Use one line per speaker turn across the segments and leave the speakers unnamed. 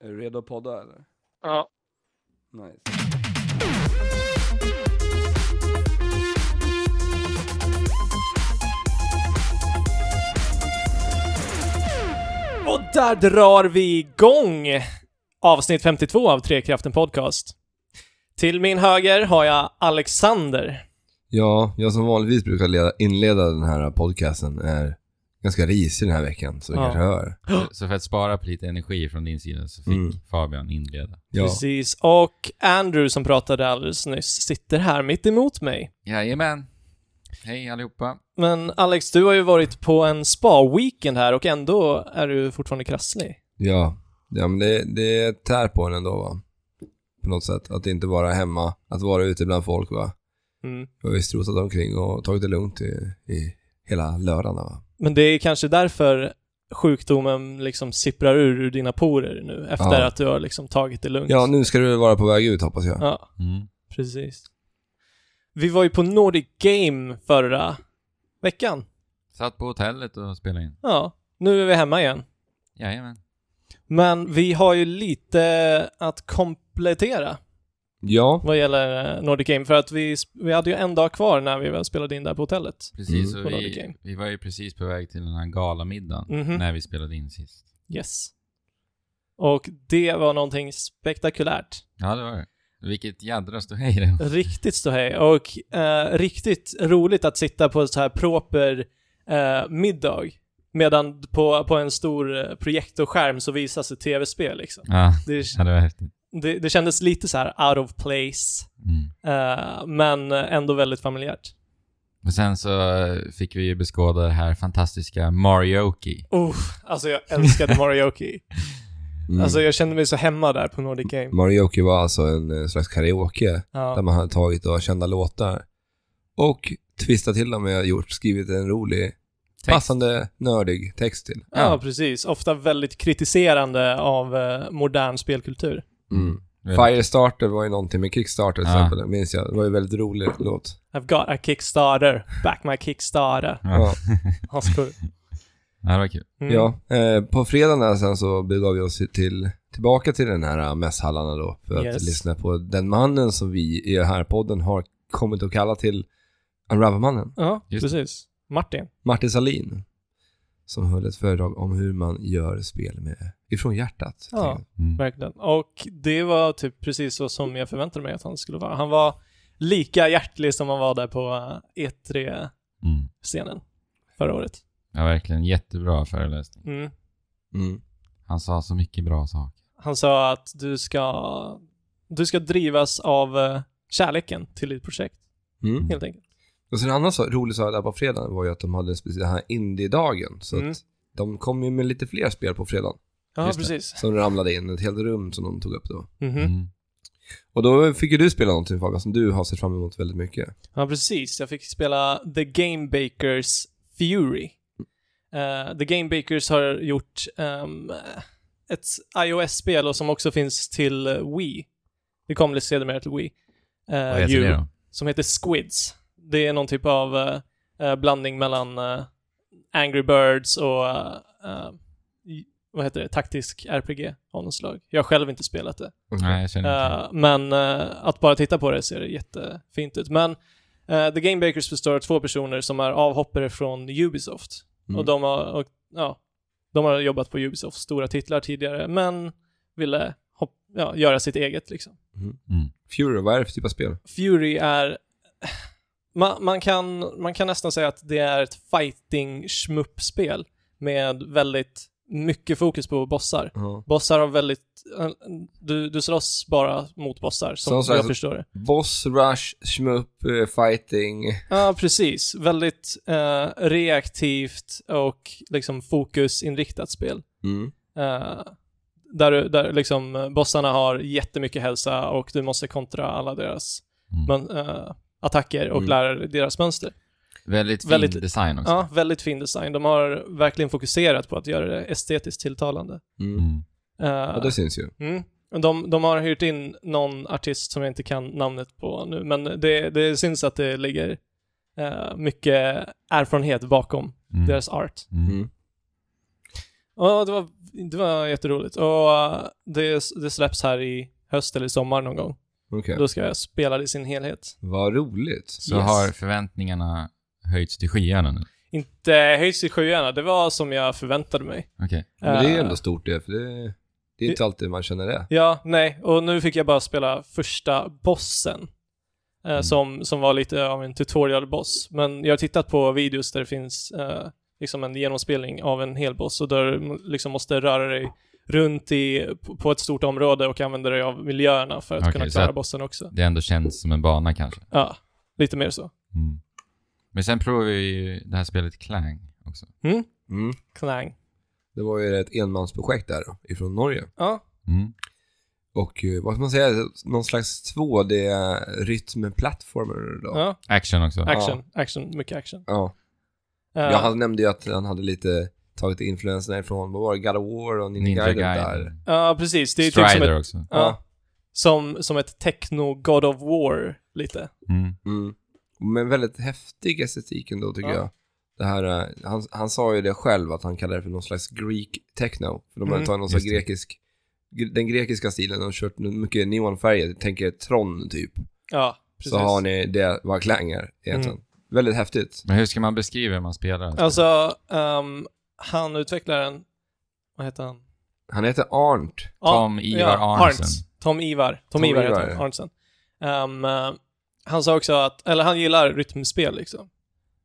redo att podda eller?
Ja.
Nice.
Och där drar vi igång avsnitt 52 av Trekraften Podcast. Till min höger har jag Alexander.
Ja, jag som vanligtvis brukar leda, inleda den här podcasten är ganska risig den här veckan, så vi
Ja.
kanske hör.
Så för att spara på lite energi från din sida så fick
Mm.
Fabian inleda.
Ja.
Precis. Och Andrew som pratade alldeles nyss sitter här mitt emot mig.
Jajamän. Hej allihopa.
Men Alex, du har ju varit på en spa-weekend här och ändå är du fortfarande krasslig.
Ja, ja men det, det tär på en ändå va. På något sätt. Att inte vara hemma, att vara ute bland folk va.
Mm.
Jag har ju strosat omkring och tagit det lugnt i, i hela lördagen va.
Men det är kanske därför sjukdomen liksom sipprar ur, ur dina porer nu, efter
Ja.
att du har liksom tagit det lugnt.
Ja, nu ska du vara på väg ut hoppas jag.
ja. Precis. Vi var ju på Nordic Game förra veckan.
Satt på hotellet och spelade in.
Ja, nu är vi hemma igen.
Jajamän.
Men vi har ju lite att komplettera
Ja,
vad gäller eh, Nordic Game, för att vi, sp- vi hade ju en dag kvar när vi väl spelade in där på hotellet.
Precis,
Mm.
och
Kolla vilken.
vi, vi var ju precis på väg till den här galamiddagen
Mhm.
när vi spelade in sist.
Yes. Och det var någonting spektakulärt.
Ja, det var det. Vilket jädra ståhej det var.
Riktigt ståhej och eh, riktigt roligt att sitta på så här proper eh, middag. Medan på, på en stor eh, projektorskärm så visas ett tv-spel liksom.
Ja,
Det,
ja, det var häftigt.
det, det kändes lite så här out of place,
Mm.
eh, men ändå väldigt familjärt.
Och sen så eh, fick vi ju beskåda det här fantastiska Marioki.
Oh, alltså jag älskade Marioki.
mm.
Alltså jag kände mig så hemma där på Nordic Game.
Marioki var alltså en eh, slags karaoke där
Ja,
man hade tagit då kända låtar. Och twistat till dem jag gjort, skrivit en rolig, passande, nördig text till.
ja precis. Ofta väldigt kritiserande av eh, modern spelkultur.
Mm.
Väldigt-
Firestarter var ju någonting med Kickstarter till
Ja.
exempel, minns jag. Det var ju väldigt rolig låt.
I've got a Kickstarter, back my Kickstarter.
Ja.
Askul.
ja, det var kul.
Mm.
Ja, eh, på fredagen här sen så begav vi oss till, tillbaka till den här eh, mässhallarna då för att
Yes.
lyssna på den mannen som vi i den här podden har kommit att kalla till Unravel-mannen,
Ja,
Just det.
precis. Martin.
Martin Salin som höll ett föredrag om hur man gör spel med, ifrån hjärtat.
Ja.
tänker jag.
Mm.
Verkligen. Och det var typ precis så som jag förväntade mig att han skulle vara. Han var lika hjärtlig som han var där på eh, E3-scenen
Mm.
förra året.
Ja, verkligen. Jättebra föreläsning.
Mm.
Mm.
Han sa så mycket bra saker.
Han sa att du ska, du ska drivas av eh, kärleken till ditt projekt,
Mm.
helt enkelt.
Och sen en annan så, rolig sak där på fredagen var ju att de hade en speciell, den här indie-dagen. Så
Mm.
att de kom ju med lite fler spel på fredagen.
Ja,
Just det.
precis.
som ramlade in, ett helt rum som de tog upp då.
Mhm.
Mm.
Och då fick ju du spela någonting Fabian som du har sett fram emot väldigt mycket.
Ja, precis. Jag fick spela The Game Bakers Fury. Eh, The Game Bakers har gjort ehm, ett iOS-spel och som också finns till eh, Wii. Det kom lite sedermera till Wii. Eh,
Vad heter
ju-
det då?
Som heter Squids. Det är någon typ av eh, eh, blandning mellan eh, Angry Birds och eh, eh, i- vad heter det? Taktisk RPG av något slag. Jag har själv inte spelat det.
Nej, jag känner inte.
Eh, men eh, att bara titta på det ser jättefint ut. Men eh, The Game Bakers består av två personer som är avhoppare från Ubisoft.
Mm.
Och de har, och, ja, de har jobbat på Ubisoft, stora titlar tidigare, men ville hopp, ja, göra sitt eget liksom.
Mm.
Fury, vad är det för typ av spel?
Fury är... Man, man, kan, man kan nästan säga att det är ett fighting shmup-spel med väldigt mycket fokus på bossar.
Ja.
Bossar har väldigt... eh, Du, du slåss bara mot bossar, som
Som
jag
sagt, så-
förstår det.
Boss, Rush, Shmup, eh, Fighting.
Ja, precis. Väldigt eh, reaktivt och liksom fokusinriktat spel.
Mm.
Eh, där du- där liksom eh, bossarna har jättemycket hälsa och du måste kontra alla deras
Mm.
men, eh, attacker och
Mm.
lära dig deras mönster.
Väldigt fin
Väldigt-
design också.
Ja, väldigt fin design. De har verkligen fokuserat på att göra det estetiskt tilltalande.
Mm.
Mm.
Eh,
Ja, det syns ju.
mm. De, de har hyrt in någon artist som jag inte kan namnet på nu, men det, det syns att det ligger eh, mycket erfarenhet bakom
Mm.
deras art.
Mm.
Mm.
Ja, det var, det var jätteroligt. Och eh, det, det släpps här i höst eller i sommar någon gång.
Okej.
Då ska jag spela det i sin helhet.
Vad roligt.
Så
Yes.
har förväntningarna höjts till skyarna nu?
Inte höjs i sjöarna, det var som jag förväntade mig.
Okej.
Men det är
Eh,
ändå stort det, för det, det är inte alltid man känner det.
Ja, nej, och nu fick jag bara spela första bossen. eh,
Mm.
Som, som var lite av en tutorial-boss. Men jag har tittat på videos där det finns eh, liksom en genomspelning av en hel boss och där du m- liksom måste röra dig runt i, på- på ett stort område och använda dig av miljöerna för att
Okej,
kunna
så
klara
att-
bossen också.
Det ändå känns som en bana kanske.
Ja, lite mer så.
Mm. Men sen provar vi ju det här spelet Clang också.
Mm.
Klang.
Det var ju ett enmansprojekt där då, ifrån Norge.
Ja,
Mm.
Och eh, vad ska man säga, någon slags 2D-rytmplattformer då.
ja.
Action också.
Action, action, mycket action.
Ja.
Eh,
Jag hade- nämnde ju att han hade lite tagit influenserna ifrån, vad var det, God of War och Ninja,
Ninja
Gaiden där.
Gaiden.
Ja, precis. Det är typ som
Strider
ett,
också.
ja, som, som ett techno-God of War, lite.
Mm.
Mm. Men väldigt häftig estetik ändå tycker
Ja.
jag. Det här, eh, han, han sa ju det själv att han kallar det för någon slags Greek techno. För de har
Mm.
tagit någon slags
Just det.
grekisk, gre- den grekiska stilen och kört mycket neonfärger, tänker er Tron typ.
Ja, precis. Mm.
Så har ni det, vad Klang är egentligen. Väldigt häftigt.
Men hur ska man beskriva hur man spelar?
Alltså, ehm, han utvecklaren, vad heter han?
Han heter Arndt.
Tom
Ah,
Ivar Arnsen.
Tom Ivar. Tom,
Tom
Ivar,
Ivar,
heter han,
ja.
Arnsen. Ehm, eh, han sa också att, eller han gillar rytmspel liksom.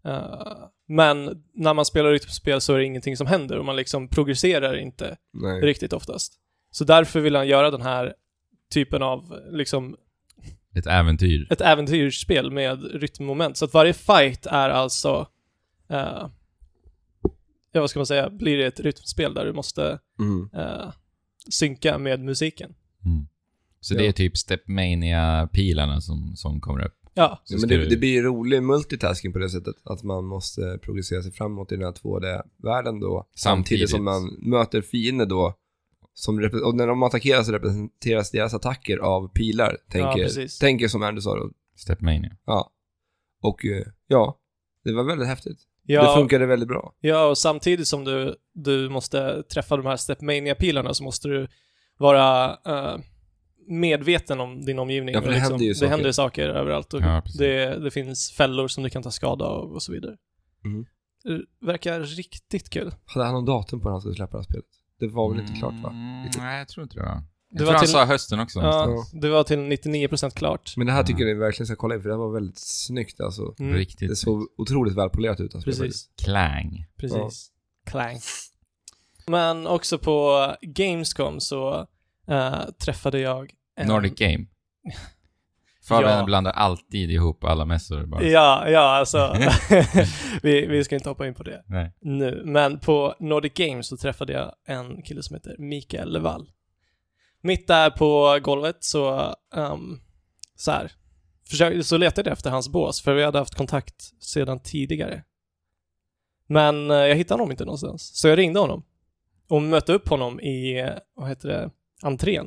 Eh, men när man spelar rytmspel så är det ingenting som händer och man liksom progresserar inte
Nej.
riktigt oftast. Så därför vill han göra den här typen av, liksom,
Ett äventyr.
ett äventyrsspel med rytmmoment. Så att varje fight är alltså, eh, ja vad ska man säga, blir det ett rytmspel där du måste
Mm.
eh, synka med musiken.
Mm. Så det är typ Stepmania-pilarna som, som kommer upp.
Ja,
Så
men
ska
det,
du-
det blir ju rolig multitasking på det sättet att man måste progressera sig framåt i den här 2D-världen då. Samtidigt som man
Samtidigt.
möter fiender då. Som repre- och när de attackeras så representeras deras attacker av pilar. Tänker,
precis.
tänker som Anders sa då.
Stepmania.
Ja. Och eh, ja, det var väldigt häftigt. Det
ja,
funkade väldigt bra.
ja och samtidigt som du, du måste träffa de här Stepmania-pilarna så måste du vara eh, medveten om din omgivning.
Ja, för
och liksom
det händer ju
Det
saker.
händer saker överallt och
Ja, precis.
det, det finns fällor som du kan ta skada av och så vidare.
Mm.
Det verkar riktigt kul.
Hade han någon datum på när han skulle släppa det här spelet? Det var väl inte klart va?
Mm, nej, jag tror inte det. va? Jag
Det
tror
var
han
till-
sa hösten också. någonstans.
Ja, det var till 99% klart.
Men det här
Mm.
tycker jag ni verkligen ska kolla in för det här var väldigt snyggt alltså.
Mm,
Riktigt.
Det såg otroligt välpolerat ut. Alltså.
precis.
Clang.
Precis. Clang. Men också på Gamescom så eh, träffade jag en...
Nordic Game. Fabian
Ja.
blandar alltid ihop alla mässor bara.
Ja, ja, alltså. vi, vi ska inte hoppa in på det
Nej.
nu. Men på Nordic Games så träffade jag en kille som heter Mikael Levall. Mitt där på golvet så, um, så här, försökte, så letade jag efter hans bås, för vi hade haft kontakt sedan tidigare. Men eh, jag hittade honom inte någonstans, så jag ringde honom och mötte upp honom i, eh, vad heter det, entrén.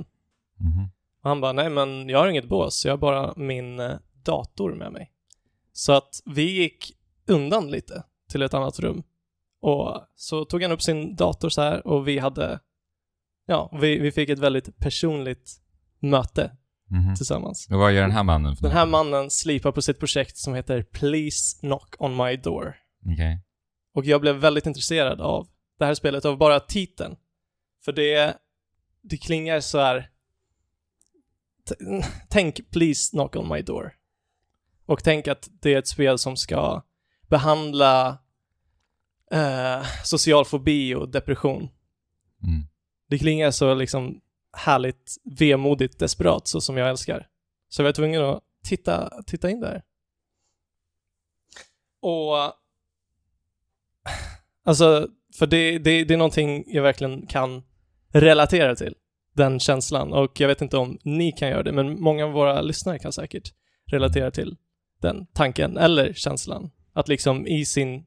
Mhm.
Och han bara, nej men jag har inget bås, jag har bara min eh, dator med mig. Så att vi gick undan lite till ett annat rum. Och så tog han upp sin dator så här och vi hade, ja, vi, vi fick ett väldigt personligt möte
Mhm.
tillsammans.
Och vad gör den här mannen för
Den här mannen slipar på sitt projekt som heter Please Knock On My Door.
Okej.
Och jag blev väldigt intresserad av det här spelet, av bara titeln. För det, det klingar så här... T- tänk “Please knock on my door”. Och tänk att det är ett spel som ska behandla eh, social fobi och depression.
Mm.
Det klingar så liksom härligt vemodigt desperat, så som jag älskar. Så jag var tvungen att titta, titta in där. Och... Alltså, för det, det, det är någonting jag verkligen kan relatera till, den känslan. Och jag vet inte om ni kan göra det, men många av våra lyssnare kan säkert relatera till den tanken eller känslan. Att liksom i sin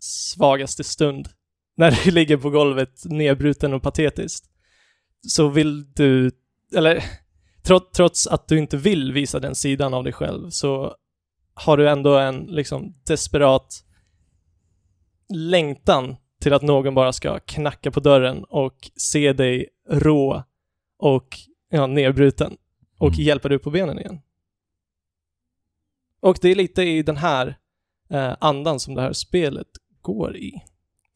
svagaste stund, när du ligger på golvet nedbruten och patetiskt, så vill du, eller trots, trots att du inte vill visa den sidan av dig själv, så har du ändå en liksom desperat längtan till att någon bara ska knacka på dörren och se dig rå och ja, nedbruten och
Mm.
hjälpa dig upp på benen igen. Och det är lite i den här eh, andan som det här spelet går i.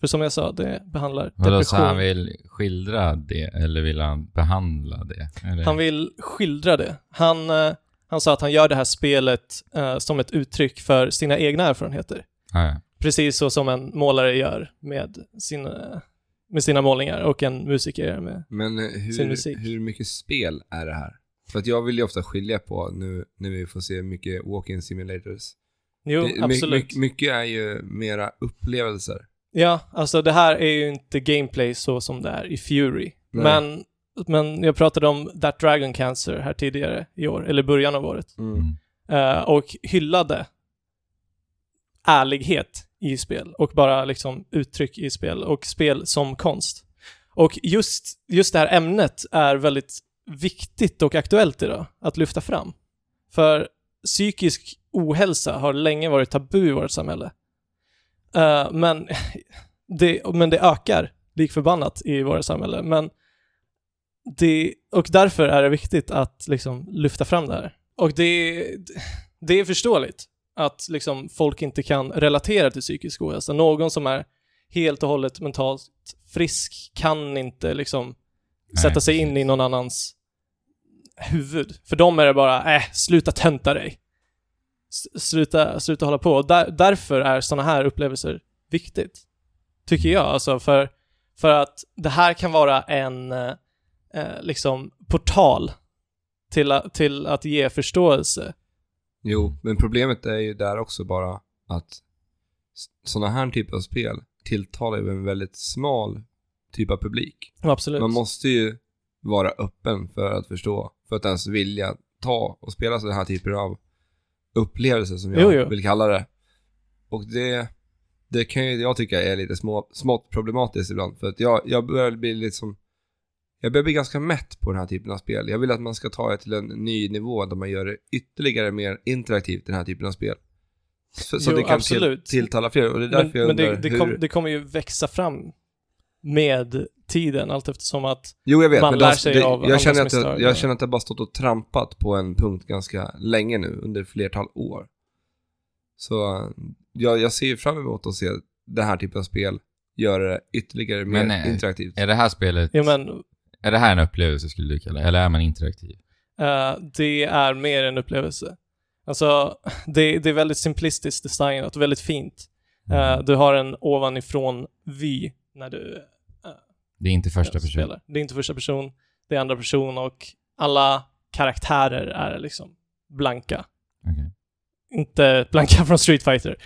För som jag sa, det behandlar
Vadå, så han
depression.
vill skildra det eller vill han behandla det? Eller?
Han vill skildra det. Han, eh, han sa att han gör det här spelet eh, som ett uttryck för sina egna erfarenheter.
Ja, ja.
Precis så som en målare gör med sina, med sina målningar och en musiker gör med.
Men eh,
Sin musik.
hur, hur mycket spel är det här? För att jag vill ju ofta skilja på nu när vi får se mycket walk-in simulators.
Jo,
Det- my-
absolut.
My, mycket är ju mera upplevelser.
Ja, alltså det här är ju inte gameplay så som det är i Fury.
Nej.
Men, men jag pratade om That Dragon Cancer här tidigare i år, eller början av året.
Mm.
Eh, och hyllade ärlighet i spel och bara liksom uttryck i spel och spel som konst. Och just, just det här ämnet är väldigt viktigt och aktuellt idag att lyfta fram. För psykisk ohälsa har länge varit tabu i vårt samhälle. Eh, men, det, men det ökar lik förbannat i våra samhälle. Men det, och därför är det viktigt att liksom lyfta fram det här. Och det, det är förståeligt att liksom folk inte kan relatera till psykisk ohälsa. Någon som är helt och hållet mentalt frisk kan inte liksom
Nej,
sätta sig in
precis.
i någon annans huvud. För dem är det bara, äh, sluta tönta dig. S- sluta, sluta hålla på. Och Där, därför är sådana här upplevelser viktigt. Tycker jag. Alltså för, för att det här kan vara en eh, eh, liksom portal till, a- till att ge förståelse.
Jo, men problemet är ju där också bara att sådana här typer av spel tilltalar ju en väldigt smal typ av publik.
Ja, Absolut.
Man måste ju vara öppen för att förstå, för att ens vilja ta och spela sådana här typer av upplevelser som jag
Jo, jo.
vill kalla det. Och det, det kan ju jag tycka är lite små, smått problematiskt ibland, för att jag, jag börjar bli liksom jag börjar bli ganska mätt på den här typen av spel. Jag vill att man ska ta det till en ny nivå där man gör det ytterligare mer interaktivt, den här typen av spel. Så, så
Jo,
det kan
absolut.
till, tilltala fler. Och det är därför jag
men men
undrar
det, det,
hur...
kom, det kommer ju växa fram med tiden allt eftersom att
Jo, jag vet.
Man
men
lär
det,
sig
det,
av
jag, känner att
andras
jag,
misstag,
jag
ja.
känner att jag bara stått och trampat på en punkt ganska länge nu, under flertal år. Så eh, jag, jag ser ju fram emot att se den här typen av spel göra det ytterligare mer
Men, eh,
interaktivt.
Är det här spelet,
ja, men,
är det här en upplevelse skulle du kalla det? Eller är man interaktiv?
eh, det är mer en upplevelse. Alltså, det, det är väldigt simplistiskt designat och väldigt fint. Eh,
Mm.
Du har en ovanifrån vy när du
Det är inte första
som
person.
spelar. Det är inte första person, det är andra person och alla karaktärer är liksom blanka.
Okej.
Inte blanka från Street Fighter,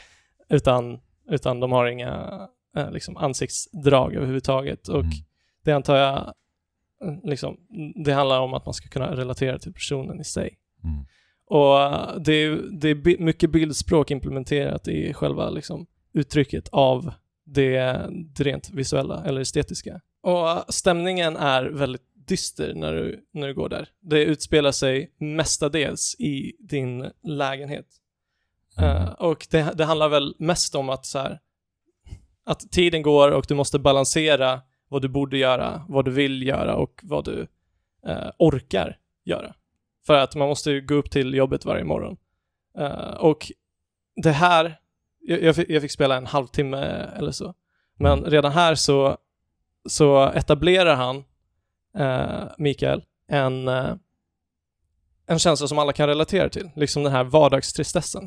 utan, utan de har inga eh, liksom, ansiktsdrag överhuvudtaget. Och
Mm.
det antar jag, eh, liksom, det handlar om att man ska kunna relatera till personen i sig.
Mm.
Och eh, det är, det är bi- mycket bildspråk implementerat i själva liksom, uttrycket av det, det rent visuella eller estetiska. Och eh, stämningen är väldigt dyster när du, när du går där. Det utspelar sig mestadels i din lägenhet. Eh, och det, det handlar väl mest om att, så här, att tiden går och du måste balansera vad du borde göra, vad du vill göra och vad du eh, orkar göra. För att man måste ju gå upp till jobbet varje morgon. Eh, och det här, jag, jag, fick, jag fick spela en halvtimme eller så, men redan här så, så etablerar han, eh, Mikael, en, eh, en känsla som alla kan relatera till, liksom den här vardagstristessen.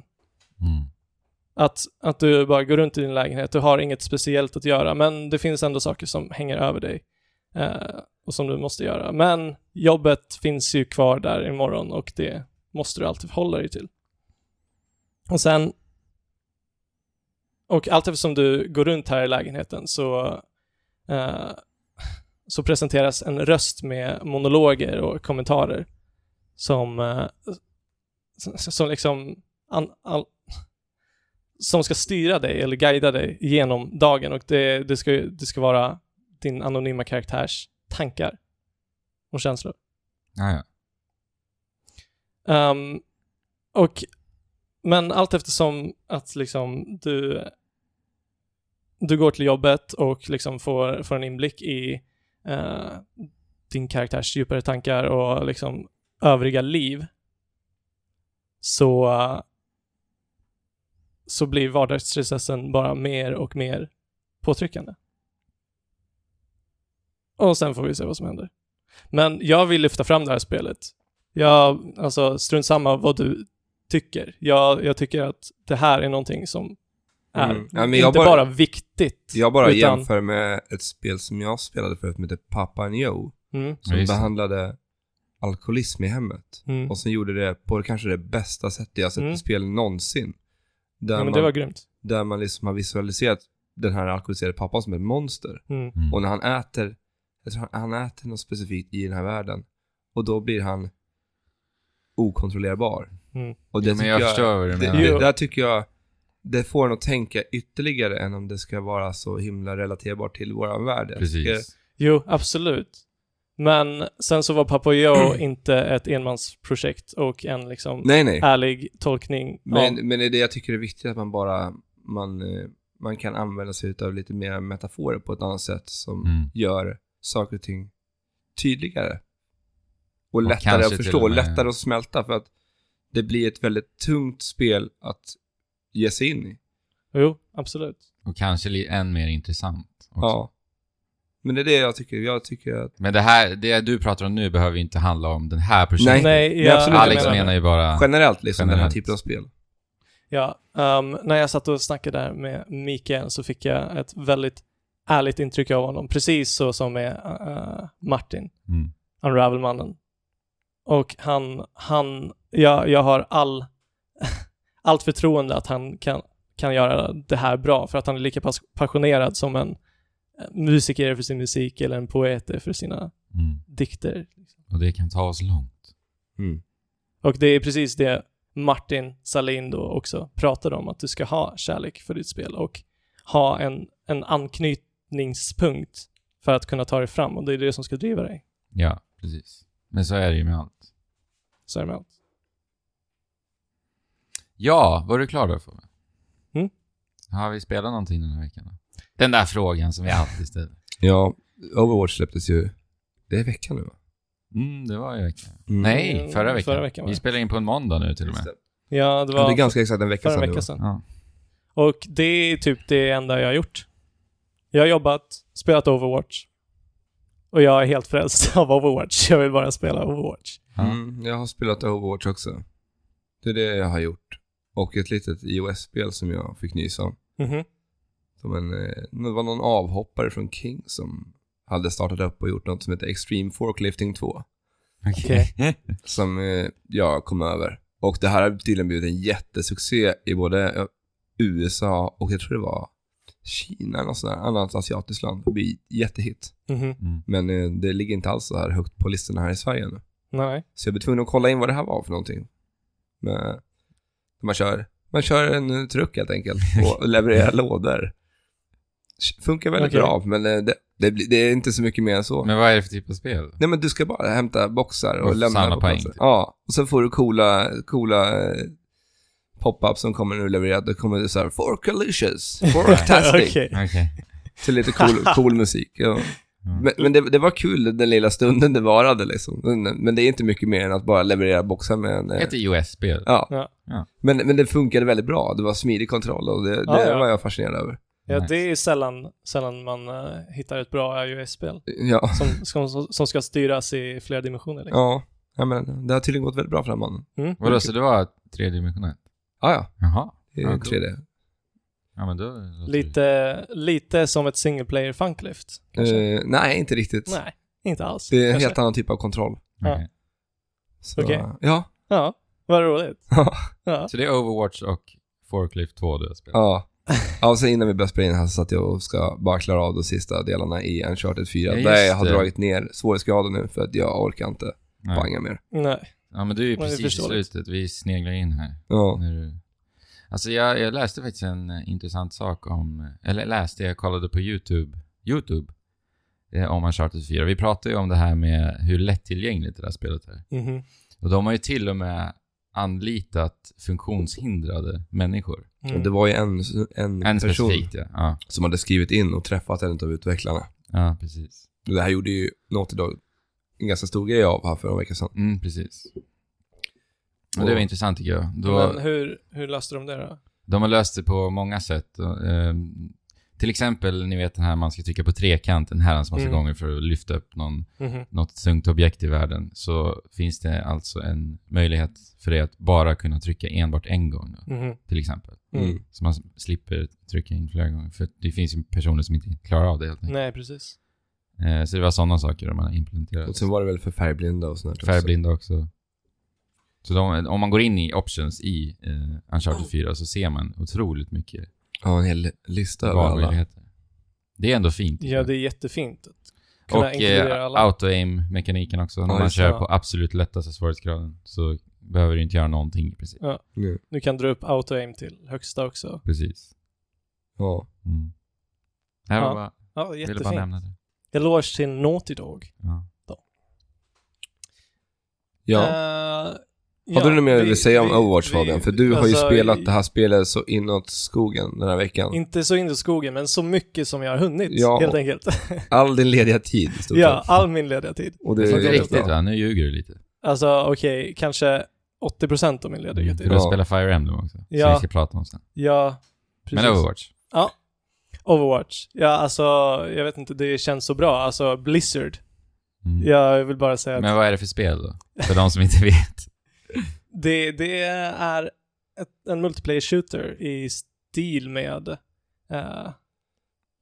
Mm.
Att, att du bara går runt i din lägenhet, du har inget speciellt att göra, men det finns ändå saker som hänger över dig eh, och som du måste göra. Men jobbet finns ju kvar där imorgon och det måste du alltid förhålla dig till. Och sen... Och allt eftersom du går runt här i lägenheten så, eh, så presenteras en röst med monologer och kommentarer som, eh, s- som liksom an, an, som ska styra dig eller guida dig genom dagen och det, det, ska, det ska vara din anonyma karaktärs tankar och känslor.
Ja, ja.
Ehm, och, men allt eftersom att liksom du, du går till jobbet och liksom får, får en inblick i eh, din karaktärs djupare tankar och liksom övriga liv, så, eh, så blir vardagsstressen bara mer och mer påtryckande. Och sen får vi se vad som händer. Men jag vill lyfta fram det här spelet. Jag, alltså, strunt samma vad du tycker. Jag, jag tycker att det här är någonting som är
Mm. Ja, men
inte
jag
bara,
bara-
viktigt.
Jag bara
utan-
jämför med ett spel som jag spelade förut som heter Papa and Joe.
Mm,
Ja,
Som
just det.
behandlade alkoholism i hemmet.
mm.
Och som gjorde det på kanske det bästa sättet jag sett
Mm.
i spel någonsin. Där,
Ja, men
man,
det var grymt.
där man liksom har visualiserat den här alkoholiserade pappan som ett monster.
Mm.
Mm.
Och när han äter, jag tror han, han äter något specifikt i den här världen. Och då blir han okontrollerbar.
Mm.
Och
Jo, men
tycker
jag förstår vad du
det,
menar.
Jo.
det, där tycker jag, det får en att tänka ytterligare än om det ska vara så himla relaterbart till våran värld. Jag tycker-
Precis.
Jo, absolut. Men sen så var Papa Joe inte ett enmansprojekt och en liksom
Nej, nej.
ärlig tolkning
Men,
av...
men det är det jag tycker är viktigt att man bara, man, eh, man kan använda sig av lite mer metaforer på ett annat sätt som
Mm.
gör saker och ting tydligare. Och, lättare
kanske
att
till
förstå,
och
och
med-
lättare att smälta för att det blir ett väldigt tungt spel att ge sig in i.
Jo, absolut.
Och kanske li- än mer intressant. också.
Ja. Men det är det jag tycker, jag tycker att
Men det här, det du pratar om nu behöver ju inte handla om den här personen.
Nej,
Nej,
nej,
jag,
absolut,
Alex
jag menar-
menar ju bara...
generellt liksom den
Generellt.
här typen av spel.
Ja, ehm, när jag satt och snackade där med Mikael så fick jag ett väldigt ärligt intryck av honom, precis så som med eh, Martin,
Mm.
Unravel-mannen. Och han, han, jag, jag har all, allt förtroende att han kan, kan göra det här bra, för att han är lika pass passionerad som en eh, musiker är för sin musik eller en poet är för sina
Mm.
dikter.
Och det kan ta oss långt.
Och det är precis det Martin Salin då också pratade om, att du ska ha kärlek för ditt spel och ha en, en anknytningspunkt för att kunna ta dig fram och det är det som ska driva dig.
Ja, precis. Men så är det ju med allt.
Så är det med allt.
Ja, var du klar då? För
Mm.
Har vi spelat någonting den här veckan? Då? Den där frågan som vi alltid ställer.
Ja, Overwatch släpptes ju, det är i veckan nu va?
Mm, det var ju veckan.
Mm.
Nej, förra
Förra
veckan.
veckan var
vi
det.
spelar in på en måndag nu till och med.
Ja, det
Ja,
var
det är ganska exakt en vecka
förra
sedan. nu, va?
veckan sedan.
Ja.
Och det är typ det enda jag har gjort. Jag har jobbat, spelat Overwatch och jag är helt frälst av Overwatch. Jag vill bara spela Overwatch.
Ja.
Mm, jag har spelat Overwatch också. Det är det jag har gjort. Och ett litet iOS-spel som jag fick nys om.
Mhm.
Som en, eh, det var någon avhoppare från King som hade startat upp och gjort något som heter Extreme Forklifting 2.
Okej.
Som eh, jag kom över. Och det här har tydligen blivit en jättesuccé i både eh, USA och jag tror det var Kina eller något sånt där annat asiatiskt land. Det blir jättehit.
Mhm.
Mm.
Men eh, det ligger inte alls så här högt på listorna här i Sverige nu.
Nej.
Så jag blev tvungen att kolla in vad det här var för någonting. Men, man, kör, man kör en eh, truck helt enkelt och levererar lådor. Funkar väldigt
Okej.
bra, men eh, det, det, blir- det är inte så mycket mer än så.
Men vad är det för typ av spel?
Nej men du ska bara hämta boxar och,
Och
lämna
samla
på
poäng,
platsen.
typ.
Ja, och sen får du coola, coola eh, pop-ups som kommer nu levererat. Då kommer det så här, forkalicious, forktastic,
Okej.
Okej.
till lite cool, cool musik. Ja.
Mm.
Men, men det, det var kul den lilla stunden det varade liksom. Men- Men det är inte mycket mer än att bara leverera boxar med en... eh,
Ett iOS-spel.
Ja.
Ja.
Ja.
Men, men det funkade väldigt bra. Det var smidig kontroll och det, det
Ja, ja.
var jag fascinerad över.
Ja,
Nice.
det är sällan, sällan man eh, hittar ett bra iOS-spel
Ja,
som, som, som ska styras i flera dimensioner. Liksom.
ja. ja men det har tydligen gått väldigt bra för den här mannen.
Mm.
Vadå, så det var tredimensionellt?
Ja, ja.
Jaha.
Det är
Ja,
3D.
Ja, men då... låter det-
Lite, lite som ett single player funklift. kanske.
Eh, nej, inte riktigt.
Nej, inte alls.
Det är en
kanske.
helt annan typ av kontroll.
Okej.
Ja.
Så,
Okej.
Ja.
Ja, vad roligt. ja.
Så det är Overwatch och Forklift 2 du har spelat?
Ja. ja, och sen innan vi började spela in här så satt jag och ska bara klara av de sista delarna i Uncharted 4.
Ja, just
där jag har
det.
dragit ner svårighetsgraden nu för att jag orkar inte
Nej.
banga mer.
Nej.
Ja, men du är ju
Ja, det är
precis i
förståeligt.
slutet. Vi sneglar in här.
Ja.
När du... Alltså jag, jag läste faktiskt en eh, intressant sak om, eh, eller läste, jag kollade på YouTube, YouTube eh, om Uncharted 4. Vi pratade ju om det här med hur lättillgängligt det där spelet är.
Mhm.
Och de har ju till och med anlitat funktionshindrade människor
Mm.
Och det var ju en, en,
En
person
specifikt ja. ja.
som hade skrivit in och träffat en av utvecklarna.
Ja, precis.
Det här gjorde ju Naughty Dog en ganska stor grej av här för några veckor sedan.
Mm, precis. Och det var intressant tycker jag. Då,
Men hur, hur löste de det då?
De har löst det på många sätt. Och, ehm, till exempel, ni vet den här man ska trycka på trekant en herrans massa
Mm.
gånger för att lyfta upp någon,
Mhm.
något tungt objekt i världen. Så finns det alltså en möjlighet för dig att bara kunna trycka enbart en gång. Då,
Mhm.
till exempel.
Mm.
Mm.
Så man slipper trycka in flera gånger. För det finns ju personer som inte klarar av det helt enkelt.
Nej, precis.
Eh, så det var sådana saker de har implementerat.
Mm. Och sen var det väl för färgblinda och sånt där också.
Färgblinda också. Så de, om man går in i options i eh,
Oh.
Uncharted 4 så ser man otroligt mycket
Ja, en hel lista över alla.
valmöjligheter. Det är ändå fint. tycker
Ja,
jag.
det är jättefint att kunna
och
inkludera
eh,
alla.
auto-aim-mekaniken också. När
Ja,
man
just
kör
det.
på absolut lättaste svårighetsgraden så behöver du inte göra någonting i princip.
Ja.
Nu.
Du kan dra upp auto-aim till högsta också.
Precis.
Ja.
Mm. Det här
Ja,
var bara,
Ja,
jag ville bara
jättefint.
nämna det.
Eloge till Naughty Dog.
Ja.
ja.
Eh,
Har du
ja,
något mer du
vi-
vill säga om
vi-
Overwatch
vi-
Fabian? För du har ju
alltså,
spelat det här spelet så inåt skogen den här veckan.
Inte så in i skogen, men så mycket som jag har hunnit,
Ja.
helt enkelt.
All din lediga tid i stort
ja,
sett.
all min lediga tid.
Och
Det
det
är
är
inte
jättebra.
riktigt va? Nu ljuger du lite.
Alltså, okej, kanske 80% av min lediga
Mm. För
tid.
du har
Ja.
spelat Fire Emblem också. Som
Ja.
vi ska prata om sen.
Ja, precis.
Men Overwatch.
Overwatch. Ja, alltså, jag vet inte, det känns så bra. Alltså, Blizzard.
Mm.
Jag vill bara säga att
Men vad är det för spel då? För de som inte vet.
det, det är ett, en multiplayer shooter i stil med eh,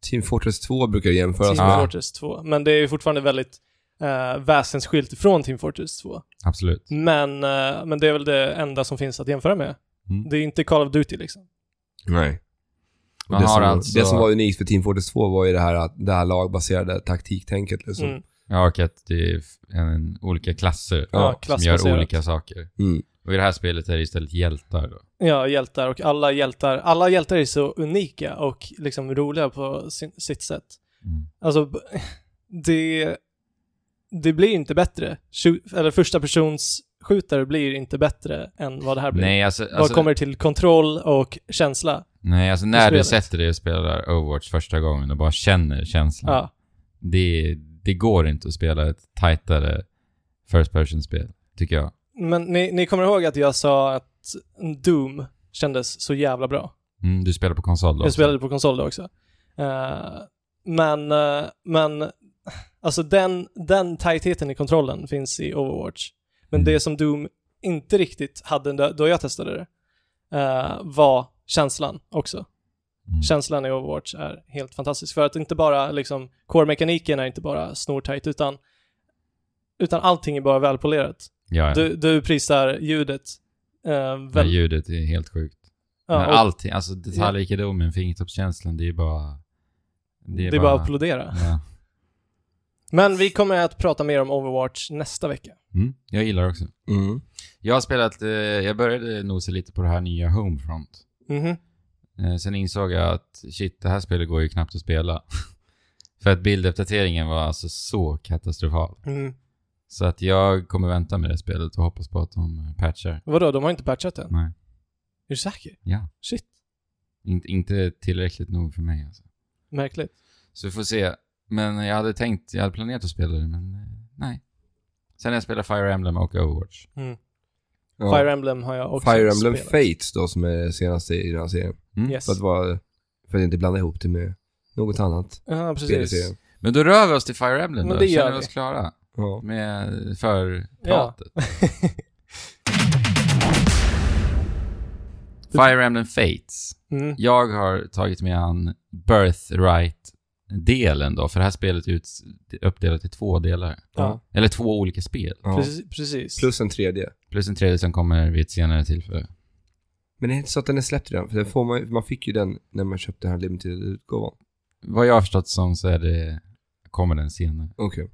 Team Fortress 2 brukar ju jämföras
Team
Ja.
med.
Fortress 2. Men det är ju fortfarande väldigt eh, väsensskilt från Team Fortress 2.
Absolut.
Men, eh, men det är väl det enda som finns att jämföra med.
Mm.
Det är inte Call of Duty liksom.
Nej. Och
Man
det,
har
som,
alltså...
det som var unikt för Team Fortress 2 var ju det här, att det här lagbaserade taktiktänket. Liksom.
Mm.
Ja, och att det är f- en, olika klasser
Ja,
som gör
klassbaserat.
olika saker.
Mm.
Och i det här spelet är det istället hjältar då.
Ja, hjältar och alla hjältar. Alla hjältar är så unika och liksom roliga på sin, sitt sätt.
Mm.
Alltså, b- det, det blir ju inte bättre. Shoot, eller första persons skjutare blir inte bättre än vad det här blir.
Nej, alltså,
Vad
alltså,
kommer till kontroll och känsla?
nej, alltså när du
spelet?
sätter dig och spelar Overwatch första gången och bara känner känslan.
Ja.
Det, det går inte att spela ett tajtare first person-spel, tycker jag.
Men ni, ni kommer ihåg att jag sa att Doom kändes så jävla bra.
Mm, du spelar på konsol då?
Jag
också.
spelade på konsol då också. Eh, men, eh, men, alltså den, den tajtheten i kontrollen finns i Overwatch. Men
Mm.
det som Doom inte riktigt hade då- då jag testade det, eh, var känslan också.
Mm.
Känslan i Overwatch är helt fantastisk. För att inte bara liksom, core-mekaniken är inte bara snortajt, utan, utan allting är bara välpolerat.
Ja, ja.
Du, du prisar ljudet. eh,
ja,
väl,
ljudet är helt sjukt.
ja,
Men
och
allting, alltså detaljrikedomen, fingertoppskänslan, det är bara...
det är bara att applådera.
ja.
Men vi kommer att prata mer om Overwatch nästa vecka.
mm, Jag gillar det också.
Mm.
Jag har spelat, eh, jag började nosa lite på det här nya Homefront.
Mhm.
Eh, sen insåg jag att shit, det här spelet går ju knappt att spela. För att bilduppdateringen var alltså så katastrofal.
mhm.
Mm.
Så att jag kommer vänta med det spelet och hoppas på att de eh, patchar.
Vadå, de har inte patchat än?
Nej.
Är du säker?
Ja.
Shit,
In, inte tillräckligt nog för mig alltså.
märkligt.
Så vi får se. Men jag hade tänkt, jag hade planerat att spela det, men eh, nej. Sen har jag spelat Fire Emblem och Overwatch.
Ja.
Fire Emblem har jag också
Fire Emblem
spelat.
Fates då, som är det senaste i den här serien.
Mm.
Yes.
För att, vara, för att inte blanda ihop det med något annat
Ja,
spel i
precis.
serien.
Men då rör vi oss till Fire Emblem
Men
då.
det gör
Känner vi
vi.
oss klara
Ja.
med eh, förpratet. Fire Emblem Fates.
Mm.
Jag har tagit mig an Birthright-delen då, för det här spelet är ut- uppdelat i två delar.
Ja.
Eller två olika spel.
Ja.
Precis, precis.
Plus en tredje.
Plus en tredje som kommer vid ett senare tillfälle.
Men det är inte så att den är släppt redan, för den får man, man fick ju den när man köpte den här limited utgåvan.
Vad jag har förstått som så är det, kommer den senare.
Okej.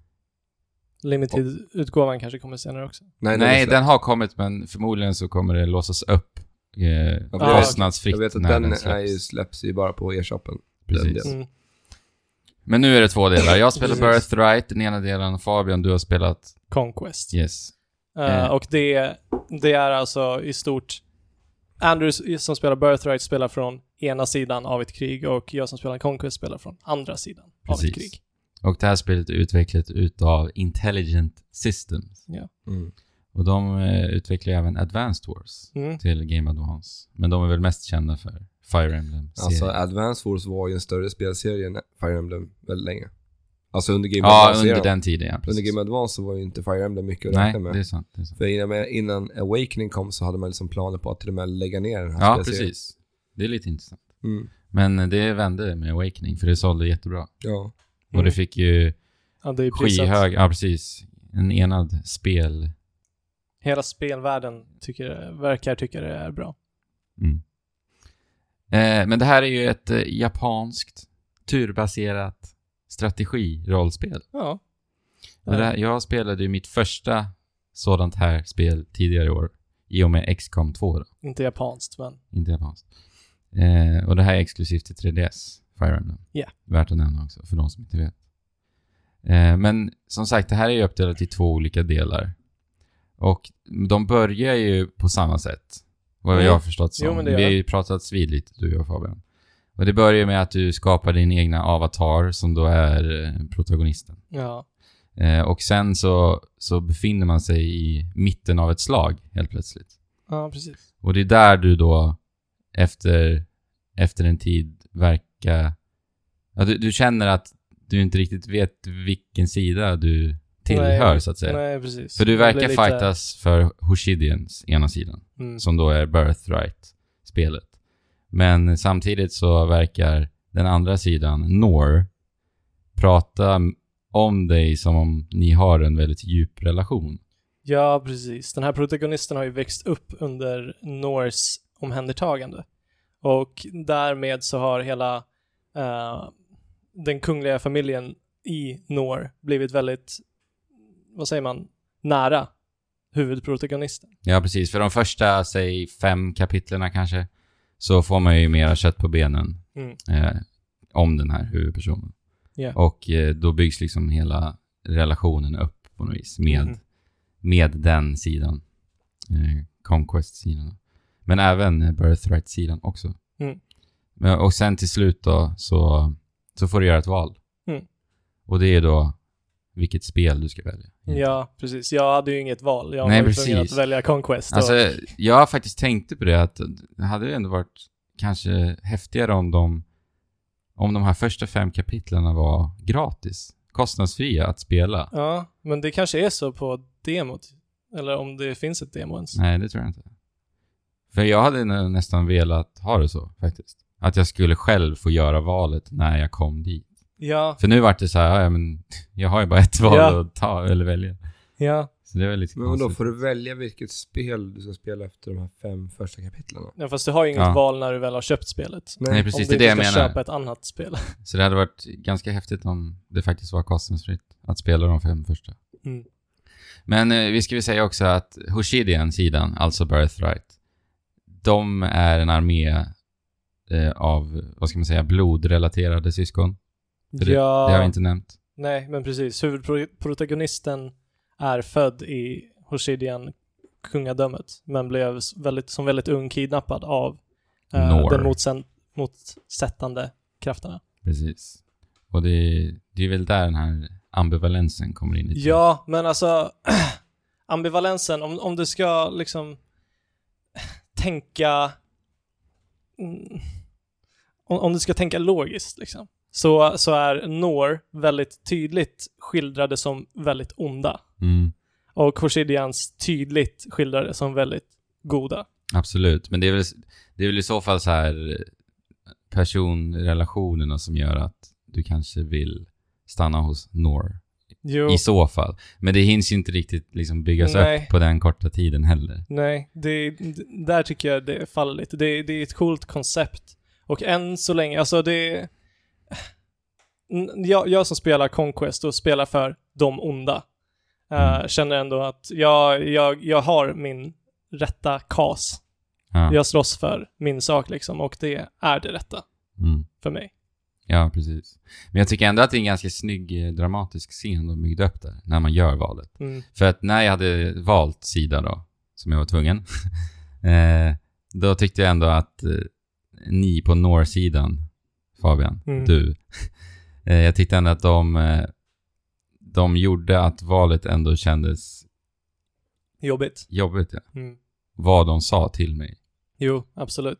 Limited-utgåvan kanske kommer senare också.
Nej,
den är släppt.
den har kommit men förmodligen så kommer det låsas upp eh,
Ja, precis.
kostnadsfritt
Jag vet att
när
den,
den,
är
släpps.
ju, släpps ju bara på e-shoppen. den
Precis.
delen.
Mm.
Men nu är det två delar. Jag spelar
Precis.
Birthright, den ena delen. Fabian, du har spelat...
Conquest.
Yes.
Eh,
Eh.
och det, det är alltså i stort Andrew som spelar Birthright spelar från ena sidan av ett krig och jag som spelar Conquest spelar från andra sidan av
Precis.
ett krig.
Och det här spelet är utvecklat utav Intelligent Systems.
Mm.
Och de eh, utvecklar ju även Advanced Wars
Mm.
till Game Advance. Men de är väl mest kända för Fire Emblem
Alltså, Advance Wars var ju en större spelserie än Fire Emblem väldigt länge. Alltså under Game
Ja,
Advance
under
eran.
den tiden ja.
Under
precis.
Game Advance så var ju inte Fire Emblem mycket att
Nej,
räkna med.
det är sant. Det är sant.
För innan, innan Awakening kom så hade man liksom planer på att till och med lägga ner den här
Ja,
spelserien.
precis. Det är lite intressant.
Mm.
Men eh, det vände med Awakening, för det sålde jättebra.
Ja.
Och det
Mm.
fick ju
Ja, det är prisat.
skyhög, ja precis, en enad spel...
Hela spelvärlden tycker, verkar tycka det är bra.
Mm. Eh, men det här är ju ett eh, japanskt turbaserat strategirollspel.
Ja.
Och det här, jag spelade ju mitt första sådant här spel tidigare i år, i och med XCOM 2 då,
Eh, Inte japanskt, men
inte japanskt. Eh, och det här är exklusivt till 3DS, Fire Emblem.
Ja.
Värt att nämna också, för de som inte vet. Eh, men som sagt, det här är ju uppdelat i två olika delar. Och de börjar ju på samma sätt, vad
Mm.
jag har förstått som.
Jo, men det gör
Vi har
det.
ju pratat vid lite, du och jag Fabian. Och det börjar med att du skapar din egna avatar, som då är eh, protagonisten.
ja.
Eh, och sen så, så befinner man sig i mitten av ett slag helt plötsligt.
Ja, precis.
Och det är där du då efter, efter en tid verkar... Ja, du, du känner att du inte riktigt vet vilken sida du tillhör
Nej,
så att säga.
Nej, precis.
För du
Det
verkar
blir lite-
fightas för Hoshidians ena sidan,
Mm.
som då är Birthright-spelet. Men samtidigt så verkar den andra sidan, Nor, prata om dig som om ni har en väldigt djup relation.
Ja, precis. Den här protagonisten har ju växt upp under Norse omhändertagande. Och därmed så har hela eh, den kungliga familjen i Nor blivit väldigt, vad säger man, nära huvudprotagonisten.
Ja, precis. För de första, säg fem kapitlerna kanske, så får man ju mera kött på benen
Mm.
eh, om den här huvudpersonen.
Ja.
Och eh, då byggs liksom hela relationen upp på något vis med,
Mhm.
med den sidan. Eh, Conquest-sidan. Men även eh, Birthright-sidan också.
Mm.
Men, och sen till slut då, så, så får du göra ett val.
Mm.
Och det är då vilket spel du ska välja.
Ja, precis. Jag hade ju inget val. Jag
Mm. Nej,
var ju tvungen
precis.
att välja Conquest. och-
Alltså, jag faktiskt tänkte på det att det hade ju ändå varit kanske häftigare om de, om de här första fem kapitlerna var gratis. Kostnadsfria att spela.
Ja, men det kanske är så på demot. Eller om det finns ett demo ens.
Nej, det tror jag inte. För jag hade nä- nästan velat ha det så faktiskt. Att jag skulle själv få göra valet när jag kom dit.
Ja,
För nu vart det så här, ja, men jag har ju bara ett val
Ja.
att ta eller välja.
ja.
Så det var lite
Men då
konstigt.
får du välja vilket spel du ska spela efter de här fem första kapitlen.
ja fast du har ju inget
Ja.
val när du väl har köpt spelet.
Nej,
Om
precis. Det
du
är det jag
inte ska
menar.
köpa ett annat spel.
Så det hade varit ganska häftigt om det faktiskt var kostnadsfritt att spela de fem första.
Mm.
Men eh, vi ska väl säga också att Hoshidian-sidan, alltså Birthright, de är en armé eh, av, vad ska man säga, blodrelaterade syskon. För
ja,
Det har vi inte nämnt.
nej, men precis. Huvudprotagonisten är född i Hoshidian kungadömet, men blev s- väldigt, som väldigt ung kidnappad av eh,
Nor.
den motsen, motsättande krafterna.
Precis. Och det, det är väl där den här ambivalensen kommer in lite.
Ja, men alltså ambivalensen, om, om du ska liksom tänka mm, om, om du ska tänka logiskt liksom, så, så är Nor väldigt tydligt skildrade som väldigt onda
Mm,
och Horsidians tydligt skildrade som väldigt goda.
absolut. Men det är, väl, det är väl i så fall så här eh, personrelationerna som gör att du kanske vill stanna hos Nor.
Jo,
I så fall. Men det hinns ju inte riktigt liksom byggas
Nej.
upp på den korta tiden heller.
nej, det, d- där tycker jag det faller lite. Det, det är ett coolt koncept och än så länge, alltså det... N- Jag, jag som spelar Conquest och spelar för de onda eh,
Mm.
känner ändå att jag, jag, jag har min rätta kas.
Ja,
Jag slåss för min sak liksom och det är det rätta
mm.
för mig.
ja precis. Men jag tycker ändå att det är en ganska snygg eh, dramatisk scen de byggde upp där, när man gör valet.
Mm.
För att när jag hade valt sida då, som jag var tvungen, eh, då tyckte jag ändå att eh, ni på norrsidan, Fabian,
Mm.
du, eh, jag tyckte ändå att de, eh, de gjorde att valet ändå kändes
Jobbigt.
jobbigt. Ja.
Mm.
Vad de sa till mig.
Jo, absolut.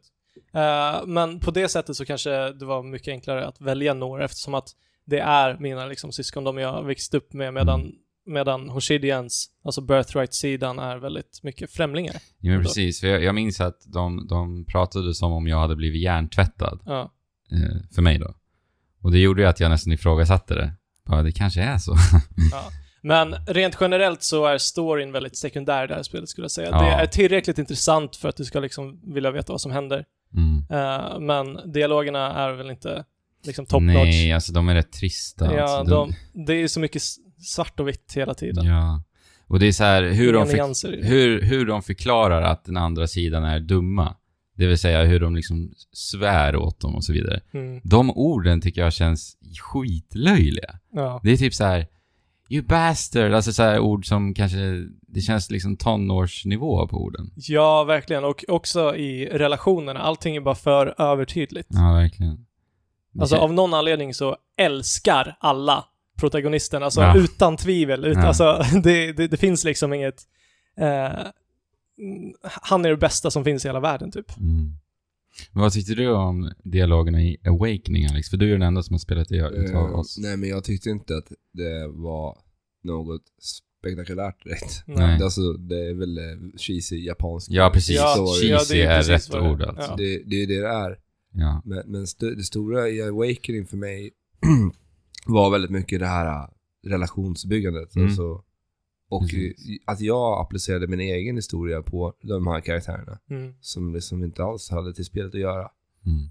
Eh, men på det sättet så kanske det var mycket enklare att välja Noor eftersom att det är mina liksom, syskon, de jag växte upp med, medan, medan Hoshidians, alltså birthright-sidan, är väldigt mycket främlingar.
Ja, men
Vadå?
precis, för jag, jag minns att de, de pratade som om jag hade blivit hjärntvättad.
Ja.
eh, för mig då. Och det gjorde ju att jag nästan ifrågasatte det. Bara, det kanske är så.
Men rent generellt så är storyn väldigt sekundär i det här spelet skulle jag säga.
Ja.
Det är tillräckligt intressant för att du ska liksom vilja veta vad som händer.
Mm.
Eh, men dialogerna är väl inte liksom top
Nej,
notch.
alltså de är rätt trista.
Ja,
alltså,
de, det är ju så mycket s- svart och vitt hela tiden.
ja. Och det är så här, hur
Inga
de, för,
nyanser i det.
hur, hur de förklarar att den andra sidan är dumma. Det vill säga hur de liksom svär åt dem och så vidare.
Mm,
De orden tycker jag känns skitlöjliga.
ja.
Det är typ så här, you bastard, alltså så här ord som kanske, det känns liksom tonårsnivå på orden.
ja, verkligen. Och också i relationerna. Allting är bara för övertydligt.
Ja, verkligen. Det
Alltså
kän-
av någon anledning så älskar alla protagonisten, alltså
Ja.
utan tvivel. Ut,
Ja.
alltså, det, det, det finns liksom inget... Eh, mm, han är det bästa som finns i hela världen, typ.
Mm. Men vad tyckte du om dialogerna i Awakening, Alex? För du är den enda som har spelat det utav
Eh,
oss.
nej, men jag tyckte inte att det var något spektakulärt direkt.
Mm.
Nej.
Alltså, det är väl eh, cheesy japansk.
Mm. Ja, precis.
Ja,
story.
ja,
Cheesy
det är
är,
precis
rätt
vad det är.
ord alltså.
Ja.
Det, det är det det är.
Ja.
Men, men st- det stora i Awakening för mig var väldigt mycket det här äh, relationsbyggandet.
Mm.
Alltså, och
Precis.
i- att jag applicerade min egen historia på de här karaktärerna
Mm.
som liksom inte alls hade till spelet att göra.
Mm.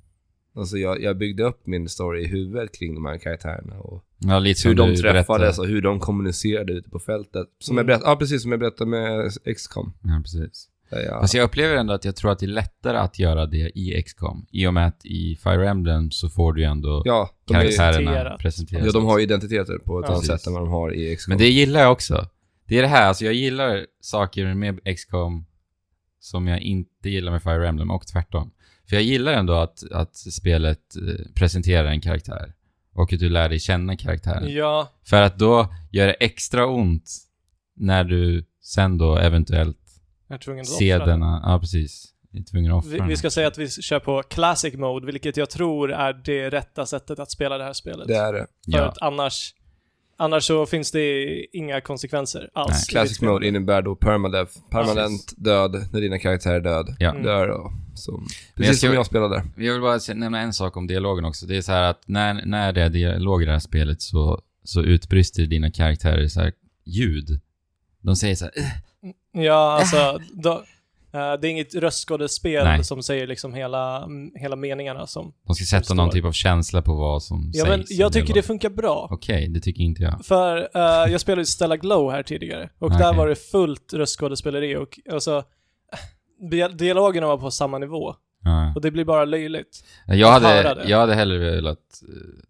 Alltså jag, jag byggde upp min story i huvudet kring de här karaktärerna och
ja, lite som
hur de
du
träffades
berättade.
och hur de kommunicerade ute på fältet. Som jag
Mm.
berättade, ja precis som jag berättade med XCOM.
Ja, precis.
Där jag,
Fast jag upplever ändå att jag tror att det är lättare att göra det i XCOM. I och med att i Fire Emblem så får du ju ändå
ja, de är,
karaktärerna
Presenterat.
presenterade.
ja, de har ju identiteter på ett
Ja.
annat
Precis.
sätt än vad de har i XCOM.
Men det gillar jag också. Det är det här, alltså jag gillar saker med XCOM som jag inte gillar med Fire Emblem och tvärtom. För jag gillar ändå att, att spelet eh, presenterar en karaktär och att du lär dig känna karaktären.
Ja,
För att då gör det extra ont när du sen då eventuellt
jag är tvungen att
ser
offra det.
denna... Ja, precis. Du är tvungen att offra
Vi,
den.
vi ska säga att vi kör på classic mode, vilket jag tror är det rätta sättet att spela det här spelet.
det är det.
För
ja.
att annars, annars så finns det inga konsekvenser alls.
Nej.
i
Classic
spelet.
mode innebär då permadeath, permanent död när dina karaktärer är död.
Ja.
Mm.
Dör då. Som,
jag
precis
ska-
som jag spelade.
Jag vill bara se- nämna en sak om dialogen också. Det är så här att när, när det är dialog i det här spelet så, så utbrister dina karaktärer så här ljud. De säger så här, "Ugh."
Ja, alltså, då, eh, det är inget röstskådespel
Nej.
som säger liksom hela, mm, hela meningarna som...
de ska sätta någon
Förstår.
typ av känsla på vad som
Ja, men
sägs. i
jag tycker det
dialogen.
funkar bra.
Okej, det tycker inte jag.
För eh, jag spelade ju Stella Glow här tidigare och där
Okej.
var det fullt röstskådespeleri och alltså, dia- dialogerna var på samma nivå
Ja.
och det blir bara löjligt.
Jag,
höra
hade,
det.
jag hade hellre velat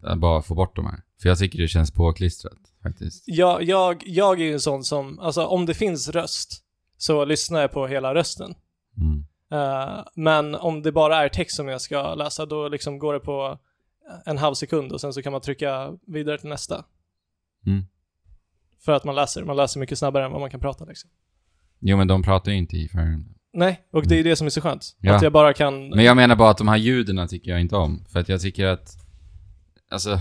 eh, bara få bort de här. För jag tycker det känns påklistrat faktiskt.
Jag, jag, jag är ju en sån som, alltså om det finns röst så lyssnar jag på hela rösten.
Mm.
Eh, men om det bara är text som jag ska läsa, då liksom går det på en halv sekund och sen så kan man trycka vidare till nästa.
Mm.
För att man läser. Man läser mycket snabbare än vad man kan prata. Liksom.
Jo, men de pratar ju inte i Fire Emblem.
Nej, och det är det som är så skönt.
Mm. Ja.
Att jag bara kan...
Men jag menar bara att de här ljuden tycker jag inte om. För att jag tycker att... Alltså...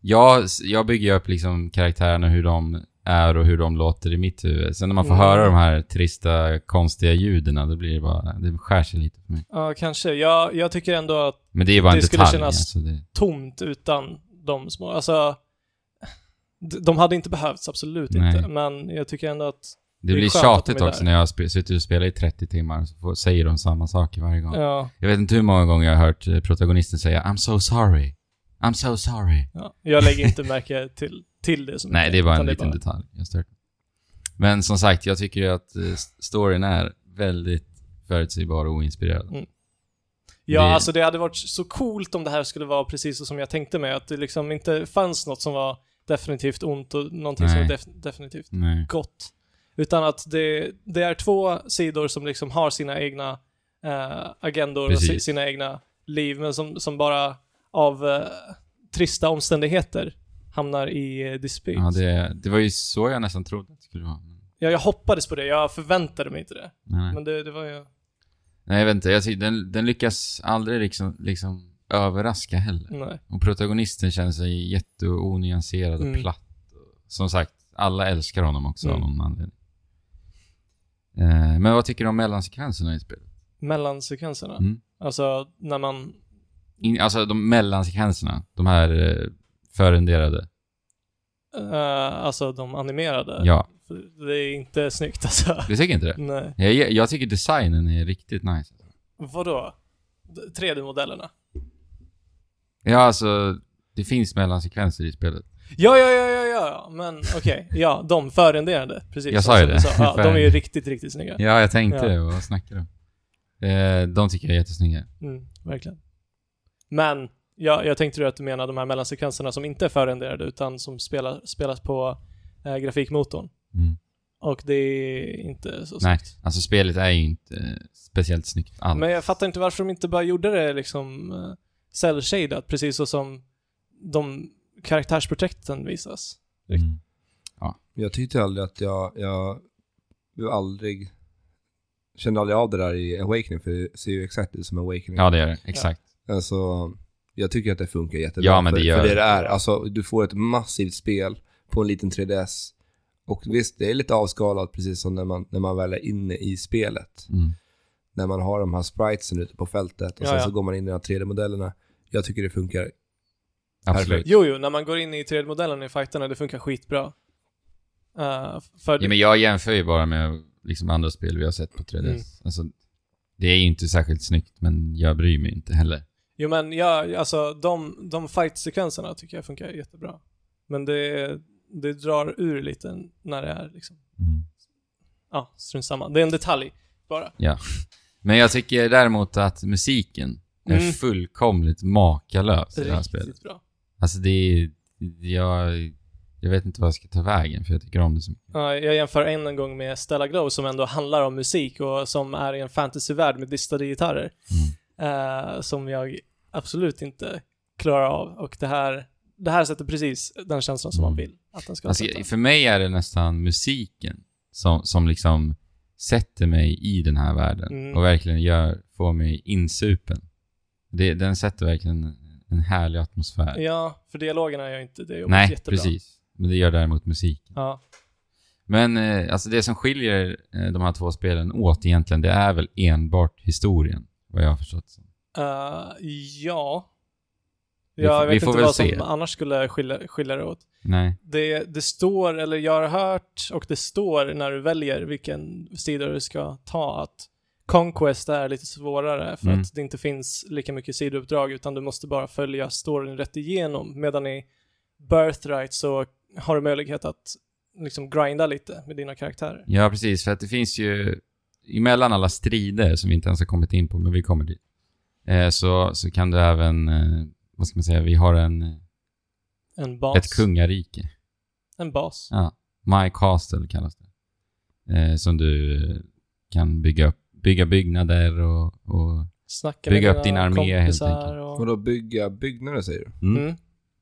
Jag, jag bygger upp liksom karaktärerna, hur de är och hur de låter i mitt huvud. Sen när man får
Mm.
höra de här trista, konstiga ljuden, då blir det bara... Det skär sig lite för mig.
Ja, kanske. Jag, jag tycker ändå att
Men det är bara
Det
en
skulle
detalj.
kännas-
Alltså det,
tomt utan de små. Alltså, d- de hade inte behövts, absolut
Nej.
inte. Men jag tycker ändå att...
det
är
blir
skönt att de
tjatigt
är
också
där.
när jag sp- sitter och spelar i 30 timmar, så får, säger de samma saker varje gång.
Ja,
Jag vet inte hur många gånger jag har hört eh, protagonisten säga I'm so sorry. I'm so sorry.
ja. Jag lägger inte märke till, till det. Som
Nej, det är bara en
utan
liten detalj. Jag stör. Men som sagt, jag tycker ju att eh, s- storyn är väldigt förutsägbar och oinspirerad.
Ja,
Det-
alltså det hade varit så coolt om det här skulle vara precis så som jag tänkte mig. Att det liksom inte fanns något som var definitivt ont och någonting som
Nej.
var def- definitivt
Nej.
gott. Utan att det, det är två sidor som liksom har sina egna eh, agendor och
Precis.
si- sina egna liv, men som, som bara av eh, trista omständigheter hamnar i eh, dispyt.
Ja, det, det var ju så jag nästan trodde att det skulle vara. Men,
jag, jag hoppades på det, jag förväntade mig inte det.
nej, nej.
Men det, det var ju...
nej, jag vet inte. Jag, ser- den, den lyckas aldrig liksom, liksom överraska heller.
Nej.
Och protagonisten känner sig jätteonyanserad och
Mm.
platt. Som sagt, alla älskar honom också av
Mm.
någon anledning. Eh, men vad tycker du om mellansekvenserna i spelet?
Mellansekvenserna.
Mm.
Alltså, när man...
In, alltså de mellansekvenserna, de här eh, förenderade.
eh, alltså, de animerade.
Ja,
För Det är inte snyggt alltså.
du tycker inte det?
Nej.
Jag, jag tycker designen är riktigt nice.
Vadå? D- 3D-modellerna?
Ja, alltså det finns mellansekvenser i spelet.
Ja, ja, ja, ja, ja, ja, men okej. Ja, de förenderade. Precis.
Jag sa ju
som du Ja,
det.
de är ju
Förenderade.
riktigt, riktigt snygga.
Ja, jag tänkte
Ja.
det. Vad snackar du om? Eh, de tycker jag är jättesnygga.
Mm, verkligen. Men jag, jag tänkte ju att du menar de här mellansekvenserna som inte är förenderade utan som spelar, spelas på eh, grafikmotorn.
Mm.
Och det är inte så
Nej,
snyggt.
alltså spelet är ju inte eh, speciellt snyggt alls.
Men jag fattar inte varför de inte bara gjorde det liksom eh, cell-shadat, precis så som de karaktärsprojekten visas.
Mm.
Jag tyckte aldrig att jag, jag, jag aldrig, kände aldrig av det där i Awakening, för det ser ju exakt ut som Awakening.
Ja, det är det. Exakt.
Alltså, jag tycker att det funkar jättebra.
Ja, men det
för,
gör
för det
det.
det är. Alltså, du får ett massivt spel på en liten 3DS. Och visst, det är lite avskalat precis som när man, när man väl är inne i spelet.
Mm.
När man har de här spritesen ute på fältet och
Ja,
sen
ja.
så går man in i de här 3D-modellerna. Jag tycker det funkar.
Absolut.
Perfekt.
Jo, jo, när man går in i 3D-modellen i fighterna, det funkar skitbra. Eh, för
Ja, men jag jämför ju bara med liksom, andra spel vi har sett på 3DS.
Mm.
Alltså, det är ju inte särskilt snyggt, men jag bryr mig inte heller.
Jo men jag, alltså de, de fight-sekvenserna tycker jag funkar jättebra. Men det, det drar ur lite när det är liksom,
Mm.
ja, strunt samma. Det är en detalj bara.
Men jag tycker däremot att musiken är
Mm.
fullkomligt makalös i det här spelet.
Riktigt bra.
Alltså det är... Jag, jag vet inte vad jag ska ta vägen, för jag tycker om det så mycket.
Ja, jag jämför än en gång med Stella Glow som ändå handlar om musik och som är i en fantasyvärld med distade gitarrer.
Mm.
Eh, som jag absolut inte klarar av. Och det här, det här sätter precis den känslan som man
Mm.
vill att den ska
Alltså,
sätta.
för mig är det nästan musiken som, som liksom sätter mig i den här världen
Mm.
och verkligen gör, får mig insupen. Det, den sätter verkligen en härlig atmosfär.
Ja, för dialogerna gör inte det jobbet
Nej,
jättebra.
precis. Men det gör däremot musiken.
Ja,
Men eh, alltså det som skiljer eh, de här två spelen åt egentligen, det är väl enbart historien, vad jag har förstått. som.
Eh, ja.
Vi
Ja,
får-
jag
vi
vet
får
inte
väl
vad
se.
som annars skulle skilja, skilja det åt.
Nej.
Det, det står, eller jag har hört, och det står när du väljer vilken sida du ska ta att Conquest är lite svårare för
Mm.
att det inte finns lika mycket sidouppdrag utan du måste bara följa storyn rätt igenom. Medan i Birthright så har du möjlighet att liksom grinda lite med dina karaktärer.
Ja, precis. För att det finns ju... Emellan alla strider som vi inte ens har kommit in på, men vi kommer dit, eh, så, så kan du även... Eh, vad ska man säga? Vi har en,
En bas.
ett kungarike.
En bas.
My Castle kallas det. Eh, som du eh, kan bygga upp. Bygga byggnader och... och
Snacka
Bygga
med
upp
dina
din armé, helt
kompisar
enkelt.
Och
Och...
då bygga byggnader säger du?
Mm.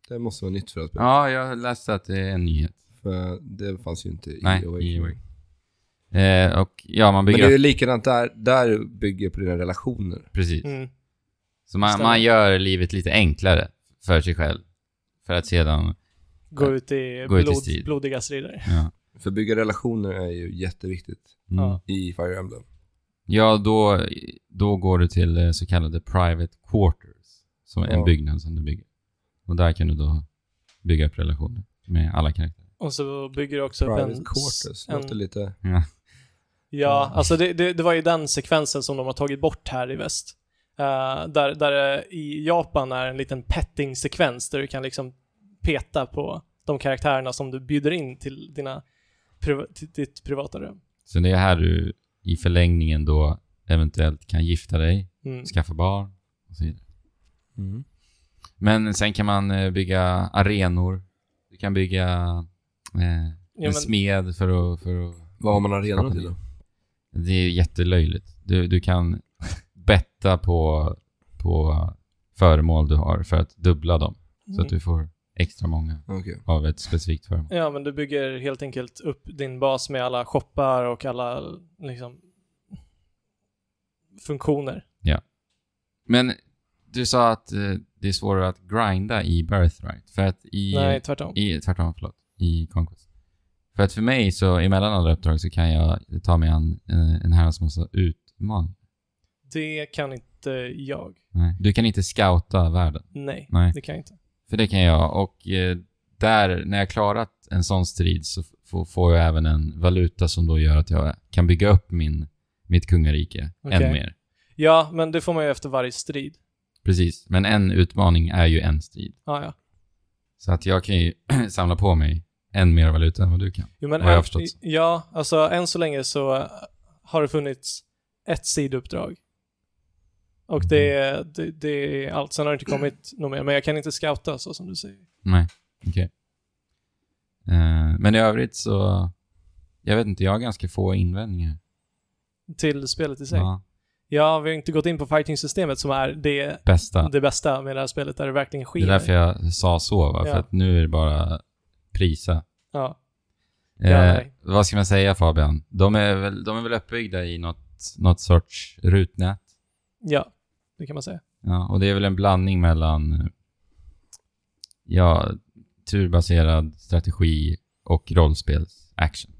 Det måste vara nytt för att spela.
Ja, jag läste att det är en nyhet.
För det fanns ju inte i
Nej, i E
Awakening.
Awakening. Eh, och ja, man
Men
bygger
det är ju
upp...
likadant där, där du bygger på dina relationer.
Precis.
Mm.
Så man,
Stämmer.
man gör livet lite enklare för sig själv. För att sedan...
Gå ut i,
Gå ut i
blod,
strid.
blodiga strider.
Ja.
För bygga relationer är ju jätteviktigt
Mm.
Ja.
i Fire Emblem.
Ja, då, då går du till eh, så kallade private quarters, som är en
Ja.
byggnad som du bygger. Och där kan du då bygga upp relationer med alla karaktärer.
Och så bygger du också upp en...
Private Quarters, låter
en
lite...
ja,
Mm.
alltså det, det, det var ju den sekvensen som de har tagit bort här i väst. Eh, där, där det i Japan är en liten petting-sekvens där du kan liksom peta på de karaktärerna som du bjuder in till dina priva- till ditt privata rum.
Så det är här du i förlängningen då eventuellt kan gifta dig,
Mm.
skaffa barn och så vidare.
mm.
Men sen kan man eh, bygga arenor. Du kan bygga eh,
Ja,
en
men,
smed för att, för att...
Mm. Vad har man arenan till då?
Det är jättelöjligt. Du, du kan... betta på, på föremål du har för att dubbla dem. Så att du får extra många
Okej.
av ett specifikt föremål.
mm. Ja, men du bygger helt enkelt upp din bas med alla shoppar och alla liksom funktioner.
Men du sa att eh, det är svårare att grinda i Birthright. För att i...
Nej, tvärtom.
I, tvärtom, förlåt. I Conquest. För att för mig så, emellan alla uppdrag så kan jag ta mig an eh, en herrans massa utmaningar.
Det kan inte jag.
Nej. Du kan inte scouta världen.
Nej,
Nej.
det kan jag inte.
För det kan jag. Och eh, där, när jag klarat en sån strid så f- får- får jag även en valuta som då gör att jag kan bygga upp min, mitt kungarike
Okej.
än mer.
Ja, men det får man ju efter varje strid.
Precis. Men en utmaning är ju en strid.
Ah, ja.
Så att jag kan ju samla på mig än mer valuta än vad du kan.
Jo, men
Vad jag
än-
har förstått.
Ja, alltså än så länge så eh, har det funnits ett sidouppdrag. Och det,
Mm.
är- det, det är allt. Sen har det inte kommit något mer. Men jag kan inte scouta så som du säger.
Nej, okej. Eh, men i övrigt så... Jag vet inte, jag har ganska få invändningar.
Till spelet i sig. Ja,
Ja,
vi har inte gått in på fighting-systemet som är det,
bästa.
det bästa med det här spelet, där det verkligen
Det är
skiner.
därför jag sa så, va?
Ja.
för att nu är det bara prisa.
Ja.
Eh,
Ja, nej.
vad ska man säga Fabian? De är väl, de är väl uppbyggda i något, något sorts rutnät.
ja, det kan man säga.
Ja, och det är väl en blandning mellan eh, ja, turbaserad strategi och rollspels-action.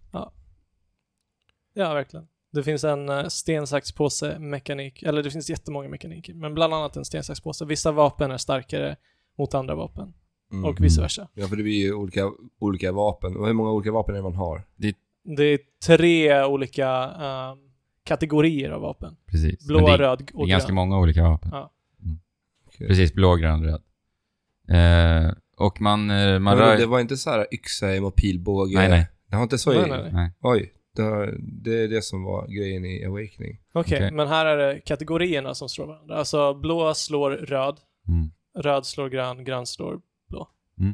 Ja, verkligen. Det finns en eh, sten, sax, påse mekanik, eller det finns jättemånga mekaniker, men bland annat en sten, sax, påse. Vissa vapen är starkare mot andra vapen
Mm.
och vice versa.
Ja, för det blir ju olika, olika vapen. Och hur många olika vapen är det man har?
Det är tre olika eh, kategorier av vapen.
Precis.
Blå,
Men det är-
röd
Det
och
är ganska
grön.
många olika vapen.
Ja.
Mm.
Okej.
Precis, blå, grön, röd. Eh, och man, eh, man
Men
rör...
Det var inte så här yxa och pilbåge?
Nej, nej.
Det har inte så
Nej,
nej,
nej, nej.
nej.
Oj, det, har, det är det som var grejen i Awakening.
Okej,
Okej.
men här är det kategorierna som slår varandra. Alltså blå slår röd,
Mm.
röd slår grön, grön slår...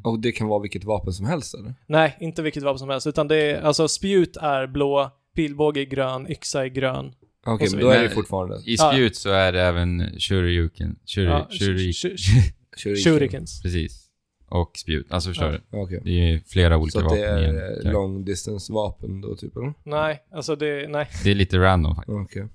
Och det kan vara vilket vapen som helst eller?
Nej, inte vilket vapen som helst, utan det är alltså spjut är blå, pilbåge är grön, yxa är grön.
Okej,
så
men då är det
vidare.
fortfarande...
I
Ja.
spjut så är det även shuriken. Shuri,
Ja,
shuri,
sh- sh-
Shuriken.
Shurikens.
precis. Och spjut. Alltså förstår
Ja.
du?
Okej.
Det är flera olika
Så att
vapen
det
i
är
en
eh,
karaktär.
long distance vapen då typ eller?
Nej, alltså det, nej.
Det är lite random faktiskt.
Okej.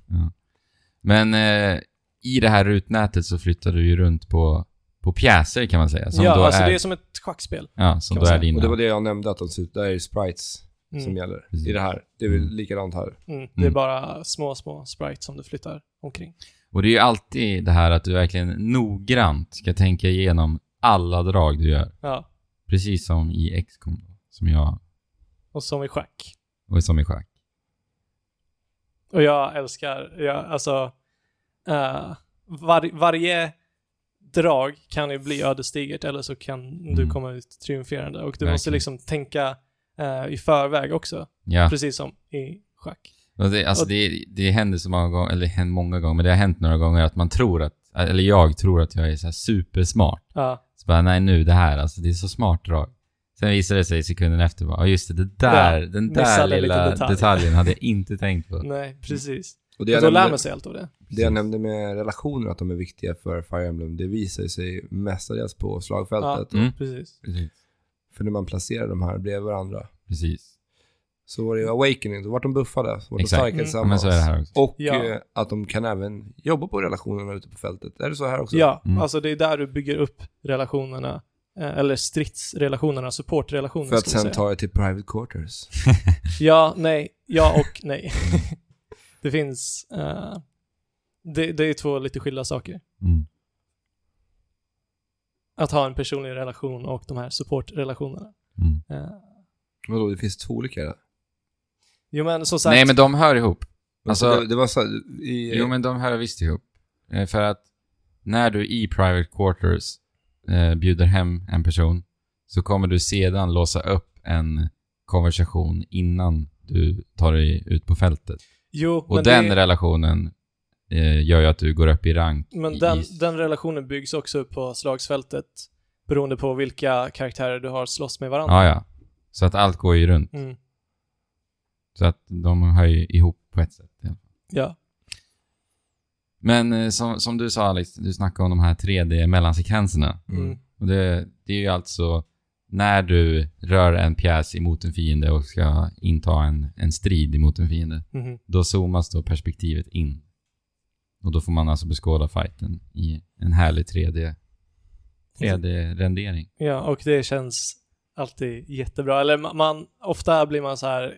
Men eh, i det här rutnätet så flyttar du ju runt på, på pjäser kan man säga. Som
ja,
då
alltså
är,
det är som ett schackspel.
ja, som
kan
då
man
är
säga.
dina.
Och det var det jag nämnde att de ser ut, där är det sprites
Mm.
som gäller
Precis.
i det här. Det är väl
Mm.
likadant här.
Mm. Det är
Mm.
bara små, små sprites som du flyttar omkring.
Och det är ju alltid det här att du verkligen noggrant ska tänka igenom alla drag du gör.
Ja,
Precis som i XCOM då, som jag,
och som i schack.
och som i schack.
Och jag älskar, jag, alltså, eh, var, varje drag kan ju bli ödesdigert eller så kan du
Mm.
komma ut triumferande. Och du måste
Verkligen.
liksom tänka eh, i förväg också,
Ja,
precis som i schack.
och det, alltså
och-
det, det händer så många gånger, eller det händer många gånger, men det har hänt några gånger att man tror att, eller jag tror att jag är så här supersmart.
Ja,
Så bara, nej nu det här alltså, det är så smart drag. Sen visade det sig sekunden efter bara, ja just det, det där, den där
missade en
lilla
liten detalj. Mm.
detaljen hade jag inte tänkt på.
nej, precis.
Och
Och då lär man sig allt av det.
Det jag nämnde med relationer, att de är viktiga för Fire Emblem, det visar sig mestadels på slagfältet.
Mm.
Precis.
Precis.
För när man placerar de här bredvid varandra.
Precis.
Så var det ju Awakening, då vart de buffade, så vart de
Exakt.
starkare
Mm.
Ja, men
tillsammans.
så är det här också.
Och
Ja.
eh, att de kan även jobba på relationerna ute på fältet. Är det så här också?
Ja,
Mm.
alltså det är där du bygger upp relationerna, eh, eller stridsrelationerna, supportrelationerna
För att
ska man
sen
säga.
ta det till private quarters.
Ja, nej, ja och nej. det finns, eh, det, det är två lite skilda saker.
Mm.
Att ha en personlig relation och de här supportrelationerna.
Mm.
Eh,
Vadå, det finns två olika? där.
jo men som sagt,
Nej men de hör ihop.
Alltså,
Alltså-
det, det var så här, i,
Jo, men de hör visst ihop. Eh, För att när du i private quarters eh, bjuder hem en person så kommer du sedan låsa upp en konversation innan du tar dig ut på fältet.
jo,
Och
men,
den
det,
relationen eh, gör ju att du går upp i rank.
men
i-
den,
i-
den relationen byggs också upp på slagsfältet beroende på vilka karaktärer du har slåss med varandra.
Ah, Ja, ja. Så att allt går ju runt.
Mm,
Så att de hör ju ihop på ett sätt. Ja.
ja.
Men eh, som, som du sa Alex, du snackade om de här 3D-mellansekvenserna.
Mm.
Och det, det är ju alltså när du rör en pjäs emot en fiende och ska inta en, en strid emot en fiende.
Mhm.
Då zoomas då perspektivet in. Och då får man alltså beskåda fighten i en härlig 3D. 3D-rendering.
Ja, och det känns alltid jättebra. Eller ma- man, ofta blir man så här,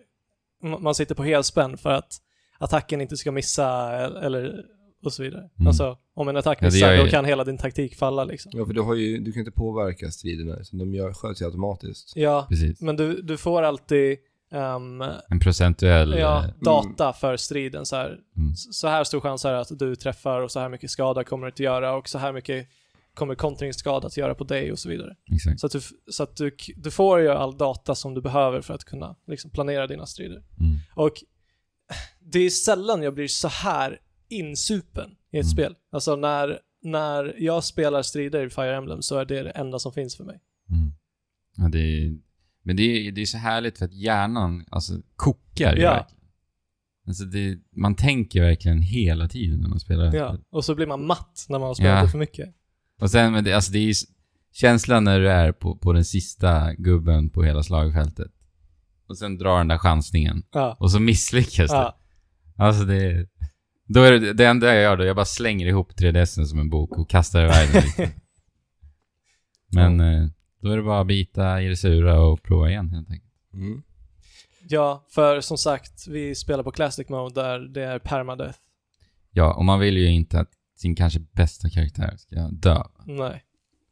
ma- man sitter på helspänn för att attacken inte ska missa e- eller och så vidare.
Mm.
Alltså, om en attack
Ja, det
missar,
gör
då
ju-
kan hela din taktik falla liksom.
Ja, för du, har ju, du kan inte påverka striderna, så de gör, sköts ju automatiskt.
Ja,
Precis.
men du, du får alltid ehm,
En procentuell...
ja,
eh,
data för striden. Så här,
Mm.
S- så här stor chans är det att du träffar och så här mycket skada kommer du att göra och så här mycket kommer kontringsskada att göra på dig och så vidare.
Exakt.
Så att, du, f- så att du, k- du får ju all data som du behöver för att kunna liksom, planera dina strider.
Mm.
Och det är sällan jag blir så här insupen i ett
Mm.
spel. Alltså när, när jag spelar strider i Fire Emblem så är det det enda som finns för mig.
Mm. Ja, det är, men det är, det är så härligt för att hjärnan alltså, kokar ju
Ja.
verkligen. Alltså det, man tänker verkligen hela tiden när man spelar.
Ja. Och så blir man matt när man har spelat
Mm. Ja.
det för mycket.
Och sen, men det, alltså det är ju s- känslan när du är på, på den sista gubben på hela slagfältet. Och sen drar den där chansningen.
Ja.
Och så misslyckas
Ja.
det. Alltså det är... Då är det, det enda jag gör då, jag bara slänger ihop 3DSen som en bok och kastar iväg den lite. Men eh, då är det bara att bita i det sura och prova igen helt enkelt.
Mm.
ja, för som sagt, vi spelar på Classic Mode där det är permadeath.
Ja, och man vill ju inte att sin kanske bästa karaktär ska dö.
Nej.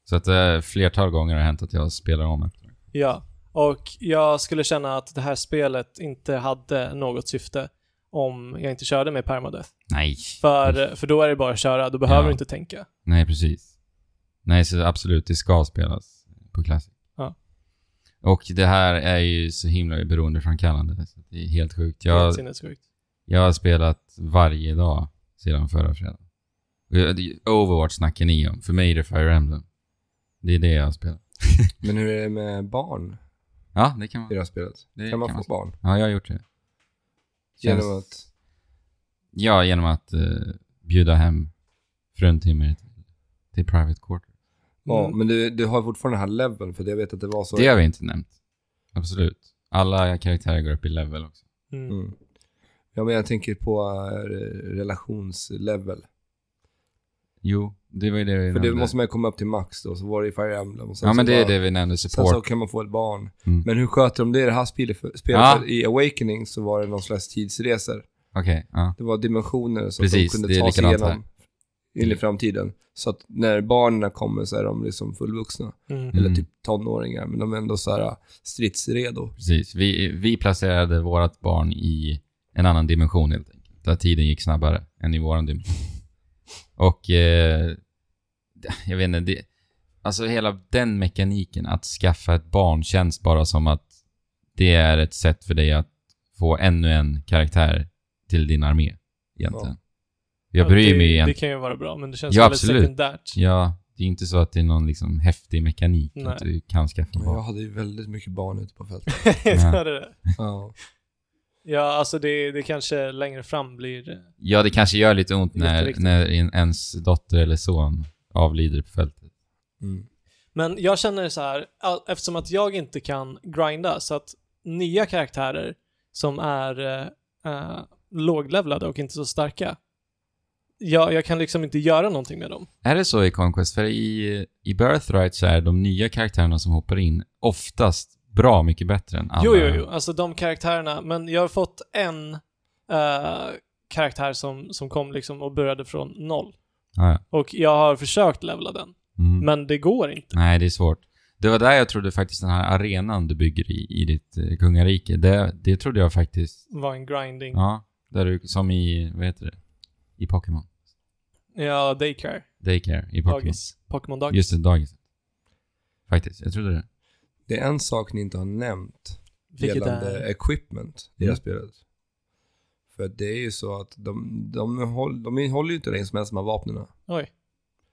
Så att eh, flertal gånger har det hänt att jag spelar om efter.
Ja, och jag skulle känna att det här spelet inte hade något syfte om jag inte körde med permadeath.
Nej.
För, för då är det bara att köra, då behöver
Ja.
du inte tänka.
Nej, precis. Nej, så absolut, det ska spelas på Classic.
Ja.
Och det här är ju så himla beroendeframkallande, så det är helt sjukt.
Det är
Jag,
helt sinnessjukt.
jag har spelat varje dag sedan förra fredagen. Och jag- Overwatch snackar ni om. För mig är det Fire Emblem. Det är det jag har spelat.
Men hur är det med barn
Ja, det kan man.
i det här spelet?
Det
kan man
kan
få
man-
barn?
Ja, jag har gjort det. Känns-
Genom att...
Ja, genom att eh, bjuda hem fruntimmer till private quarter.
Ja,
Mm.
men du, du har fortfarande den här leveln, för jag vet att det var så...
Det har vi inte nämnt. Absolut. Alla karaktärer går upp i level också.
Mm.
Mm. Ja, men jag tänker på eh, relationslevel.
Jo, det var ju det vi
För
nämnde.
det måste man ju komma upp till max då, så var det i Fire Emblem. Och sen
ja, men
så
det är
bara-
det vi nämnde.
Sen så
Support.
kan man få ett barn.
Mm.
Men hur sköter de det i det här spelet? För, spelet
Ja.
För I Awakening så var det någon slags tidsresor.
Okej, ja.
Det var dimensioner som
Precis,
de
det är
kunde ta sig
likadant Mm.
igenom in i framtiden. Så att när barnen kommer så är de liksom fullvuxna.
Mm.
Mm.
Eller typ tonåringar, men de är ändå så här eh, stridsredo.
Precis. Vi, vi placerade vårt barn i en annan dimension helt enkelt. Där tiden gick snabbare än i våran dimension. Och eh, jag vet inte, det, alltså hela den mekaniken att skaffa ett barn känns bara som att det är ett sätt för dig att få ännu en karaktär till din armé egentligen. Jag
Ja,
bryr
det,
mig
Det
egentligen.
kan ju vara bra, men det känns
Ja,
väldigt
absolut.
sekundärt.
Ja, det är inte så att det är någon liksom häftig mekanik
Nej.
att du kan skaffa
Men jag
barn.
hade ju väldigt mycket barn ute på fältet.
Så är det det.
ja.
ja, alltså det, det kanske längre fram blir...
Ja, det kanske gör lite ont när,
Jätteriktigt.
när en- ens dotter eller son avlider på fältet.
Mm.
Men jag känner så här, all- eftersom att jag inte kan grinda, så att nya karaktärer som är eh, eh, låglevlade och inte så starka, jag, jag kan liksom inte göra någonting med dem.
Är det så i Conquest? För i, i Birthright så är de nya karaktärerna som hoppar in oftast bra mycket bättre än alla.
Jo, jo, jo. Alltså de karaktärerna. Men jag har fått en eh, karaktär som, som kom liksom och började från noll.
Ja, ja.
Och jag har försökt levla den,
Mm.
men det går inte.
Nej, det är svårt. Det var där jag trodde faktiskt den här arenan du bygger i, i ditt eh, kungarike, det, det trodde jag faktiskt,
var en grinding. Ja,
ja, där du, som i, vad heter det, i Pokémon.
daycare.
Daycare i Pokémon.
Dagis. Pokémon-dagis.
Just det, dagis. Faktiskt, jag trodde det.
Det är en sak ni inte har nämnt.
Vilket
gällande
är...
equipment i det här
Mm.
spelet. För att det är ju så att de, de, håll, de håller ju inte länge som helst med vapnen.
Oj,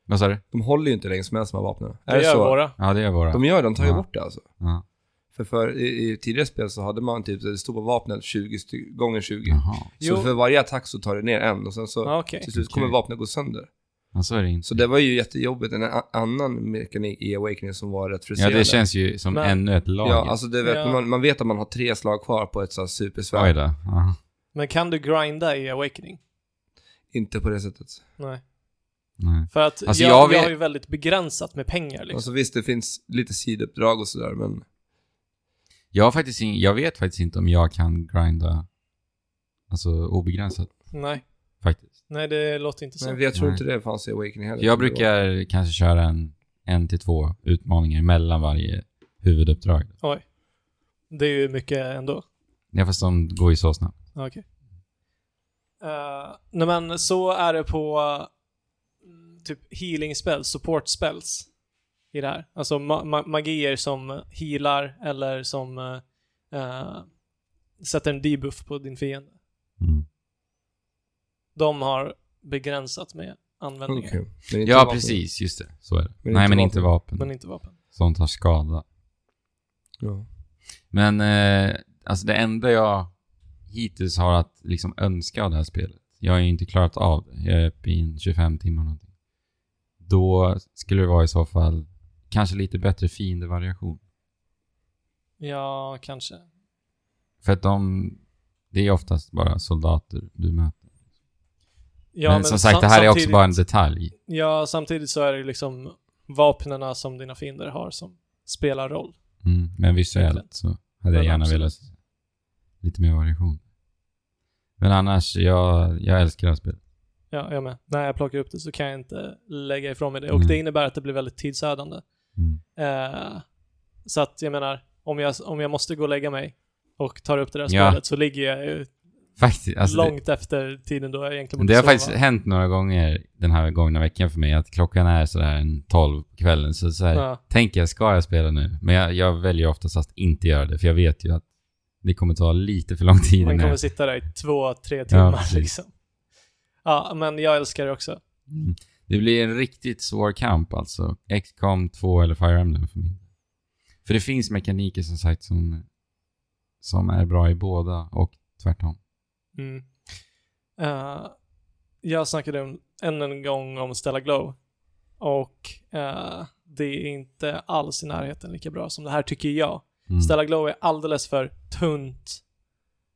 Vad sa du?
De håller ju inte länge som helst med vapnen.
det
är
gör
så?
våra.
Ja, det är våra.
De gör det, de tar ju
Ja.
bort det alltså.
Ja.
För, för i, i tidigare spel så hade man typ, det stod på vapnet 20 sty- gånger 20.
Jaha.
Jo.
Så för varje attack så tar det ner en och sen så
Ja, Okej.
till slut kommer
Okej.
vapnet gå sönder.
Ja, så är det inte.
Så det var ju jättejobbigt. En a- annan mekanik i Awakening som var rätt
Ja,
frustrerande.
det känns ju som
Men-
ännu ett lager.
Ja, alltså det vet,
Ja.
Man, man vet att man har tre slag kvar på ett så här
Oj
supersvärd.
då. Ja.
Men kan du grinda i Awakening?
Inte på det sättet.
Nej.
Nej.
För att
Alltså,
jag,
jag
jag,
vet-
har ju väldigt begränsat med pengar liksom.
Alltså visst, det finns lite sidouppdrag och sådär, men
Jag, har faktiskt in, jag vet faktiskt inte om jag kan grinda alltså, obegränsat.
Nej.
Faktiskt.
Nej, det låter inte så.
men jag tror
Nej.
inte det fanns i Awakening heller.
Jag brukar kanske köra en, en till två utmaningar mellan varje huvuduppdrag.
Det är ju mycket ändå.
Ja, fast de går ju så snabbt.
Okej. Eh, nej men så är det på mm, typ healing spells, support spells i det här. Alltså ma- ma- magier som healar eller som eh, eh, sätter en debuff på din fiende.
Mm.
De har begränsat med användningen,
Okej. Men inte
Ja,
vapen.
precis. Just det. Så är det.
Men
Nej,
inte
men inte vapen.
men inte vapen.
Som tar skada.
Ja.
Men eh, alltså det enda jag hittills har att liksom önska av det här spelet, jag har ju inte klarat av det, jag är uppe i en 25 timmar någonting. Då skulle det vara i så fall kanske lite bättre fiendevariation.
Ja, kanske.
För att de, det är oftast bara soldater du möter.
Ja,
men, som sagt, det här är också
samtidigt-
bara en detalj.
Ja, samtidigt så är det liksom vapnena som dina fiender har som spelar roll.
Mm, men visuellt så hade jag
Men
gärna
absolut.
velat se lite mer variation. Men annars, jag, jag älskar det här spelet.
Ja, jag med. När jag plockar upp det så kan jag inte lägga ifrån mig det. Och
Mm.
det innebär att det blir väldigt tidsödande.
Mm.
Eh, så att jag menar, om jag, om jag måste gå och lägga mig och tar upp det där
Ja.
spelet så ligger jag ju
Faktiskt. Alltså det-
långt efter tiden då jag egentligen
Men
borde
Det har
sova.
faktiskt hänt några gånger den här gångna veckan för mig att klockan är sådär en 12 på kvällen. Så, så här,
Ja.
tänker jag, ska jag spela nu? Men jag, jag väljer oftast att inte göra det, för jag vet ju att det kommer ta lite för lång tid.
Man
innan
kommer
jag-
sitta där i två, tre timmar
precis.
liksom. Ja, men jag älskar det också.
Mm. Det blir en riktigt svår kamp alltså. XCOM 2 eller Fire Emblem för min För det finns mekaniker som sagt som, som är bra i båda och tvärtom.
Mm. Eh, jag snackade om, än en gång om Stella Glow. Och eh, det är inte alls i närheten lika bra som det här tycker jag.
Mm.
Stella Glow är alldeles för tunt.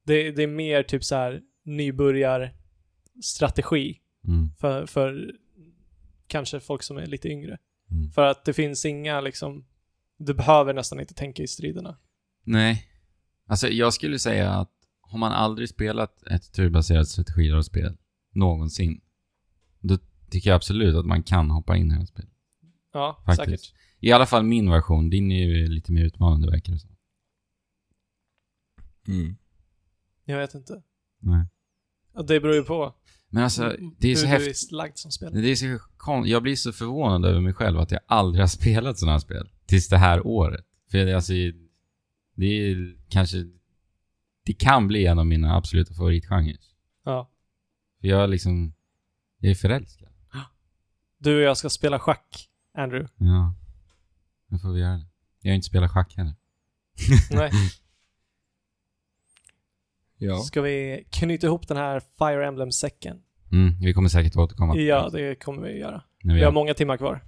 Det, det är mer typ så här nybörjarstrategi
Mm.
för, för kanske folk som är lite yngre.
Mm.
För att det finns inga liksom, du behöver nästan inte tänka i striderna.
Nej. Alltså jag skulle säga att har man aldrig spelat ett turbaserat strategirollspel någonsin, då tycker jag absolut att man kan hoppa in i det här spelet.
Ja,
Faktiskt.
säkert.
I alla fall min version. Din är ju lite mer utmanande verkar det som.
Mm.
Jag vet inte.
Nej.
Och Det beror ju på
Men alltså, det är så
hur Mm. du
häftigt.
är lagd som spelare.
Det är så kon- jag blir så förvånad över mig själv att jag aldrig har spelat sådana här spel. Tills det här året. För det, är alltså, det är kanske... Det kan bli en av mina absoluta favoritgenrer.
Ja.
För jag är liksom... Jag är förälskad.
Du och jag ska spela schack, Andrew.
Ja. Nu får vi göra det. Jag har inte spelat schack heller.
Nej.
Ja.
Ska vi knyta ihop den här Fire Emblem-säcken?
Mm, vi kommer säkert återkomma till
Ja, det kommer vi göra.
det. När vi
Vi har
har...
många timmar kvar.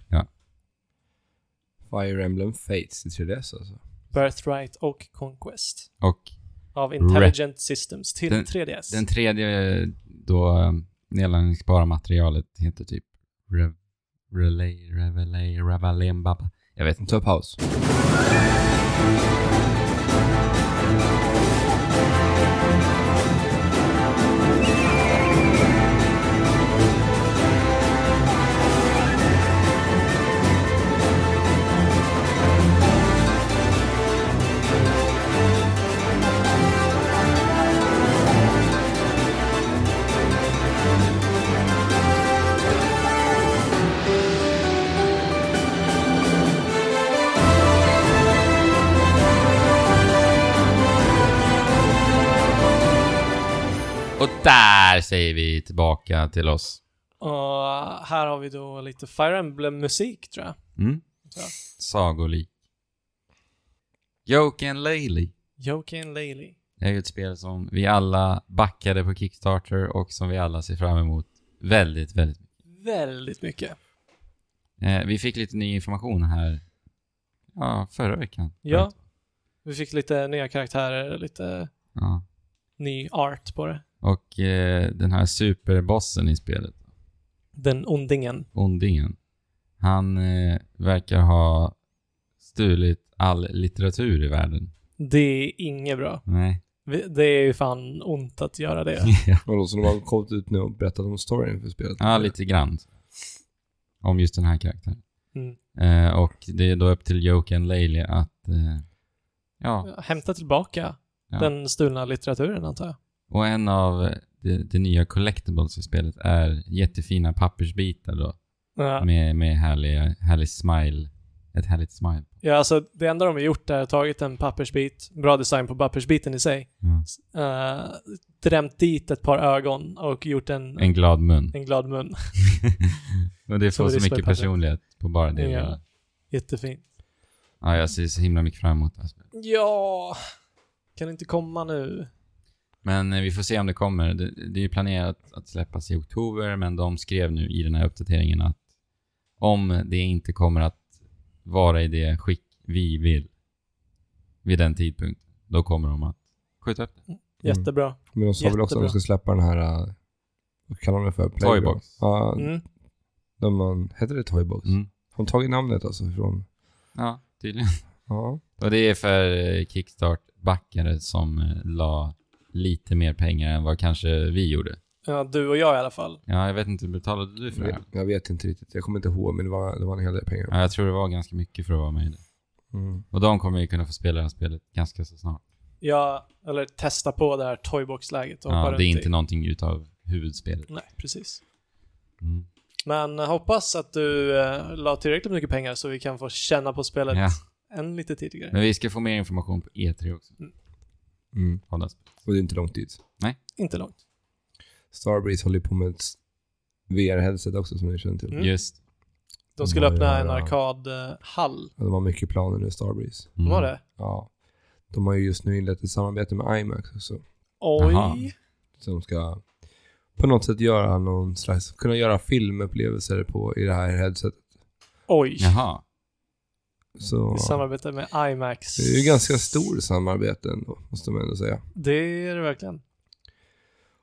Fire Emblem Fates i 3DS alltså.
Birthright och Conquest.
Och
av Intelligent Systems till
Den-
3DS.
den tredje då eh, nedladdningsbara materialet heter typ Re- Relay, Revelay, Revelembaba. Jag vet inte.
Ta paus.
Och där säger vi tillbaka till oss.
Och här har vi då lite Fire Emblem-musik, tror jag.
Mm.
Ja.
Sagolik. Yoke and Laley.
Joke and Laley.
Det är ju ett spel som vi alla backade på Kickstarter och som vi alla ser fram emot väldigt, väldigt
Väldigt mycket.
Eh, vi fick lite ny information här ja, förra veckan.
Ja. Vi fick lite nya karaktärer, lite
ja.
ny art på det.
Och eh, den här superbossen i spelet,
Den ondingen.
ondingen, han eh, verkar ha stulit all litteratur i världen.
Det är inget bra.
Nej.
Vi- Det är ju fan ont att göra det.
Vadå, så de har kommit ut nu och berättat om storyn för spelet?
ja, lite grann. Om just den här karaktären.
Mm.
Eh, och det är då upp till Joke and Laley att eh, ja,
Hämta tillbaka
Ja.
den stulna litteraturen, antar jag.
Och en av det, det nya collectibles i spelet är jättefina pappersbitar då.
Ja.
Med, med härliga, härlig smile. Ett härligt smile.
Ja, alltså det enda de har gjort är tagit en pappersbit, bra design på pappersbiten i sig,
Ja.
uh, drämt dit ett par ögon och gjort en, en,
En glad mun.
glad mun.
Och det
Så
får
det är
så mycket
spännande.
personlighet på bara det.
Ja. Jättefint.
Ja, jag ser så himla mycket fram emot det här spelet.
Ja, kan det inte komma
Mm.
nu?
Men eh, vi får se om det kommer. Det, det är ju planerat att släppas i oktober, men de skrev nu i den här uppdateringen att om det inte kommer att vara i det skick vi vill vid den tidpunkten, då kommer de att skjuta upp det.
Jättebra.
Men de sa väl också att de
Jättebra.
ska släppa den här, eh, vad kallar de det för? Playground?
Toybox.
Ja,
Mm.
de man, heter det Toybox?
Mm.
Har de tagit namnet alltså från...
Ja, tydligen.
Ja.
Och det är för eh, Kickstart-backare som eh, la lite mer pengar än vad kanske vi gjorde.
Ja, du och jag i alla fall.
Ja, jag vet inte, betalade du för
Jag
det?
vet,
här?
jag vet inte riktigt. Jag kommer inte ihåg, men det var, det var en hel del pengar.
Ja, jag tror det var ganska mycket för att vara med i det.
Mm.
Och de kommer ju kunna få spela det här spelet ganska så snart.
Ja, eller testa på det här toybox-läget och hoppa
Ja,
runt
det är
i.
inte någonting utav huvudspelet.
Nej, precis.
Mm.
Men eh, hoppas att du eh, la tillräckligt mycket pengar så vi kan få känna på spelet
Ja.
än lite tidigare.
Men vi ska få mer information på E3 också.
Mm.
Hoppas.
Och det är inte långt dit.
Inte långt.
Starbreeze håller ju på med ett VR-headset också som ni känner till.
Mm.
Just.
De skulle
Ja,
öppna
ja,
en
ja. Mm.
arkadhall.
Ja, De har mycket planer nu, Starbreeze.
Mm.
Var det?
Ja. De har ju just nu inlett ett samarbete med IMAX också.
Oj.
Jaha.
som ska på något sätt göra någon slags, kunna göra filmupplevelser på i det här headsetet.
Oj.
Jaha.
Så
I samarbete med IMAX.
det är ju ganska stor samarbete ändå, måste man ändå säga.
Det är det verkligen.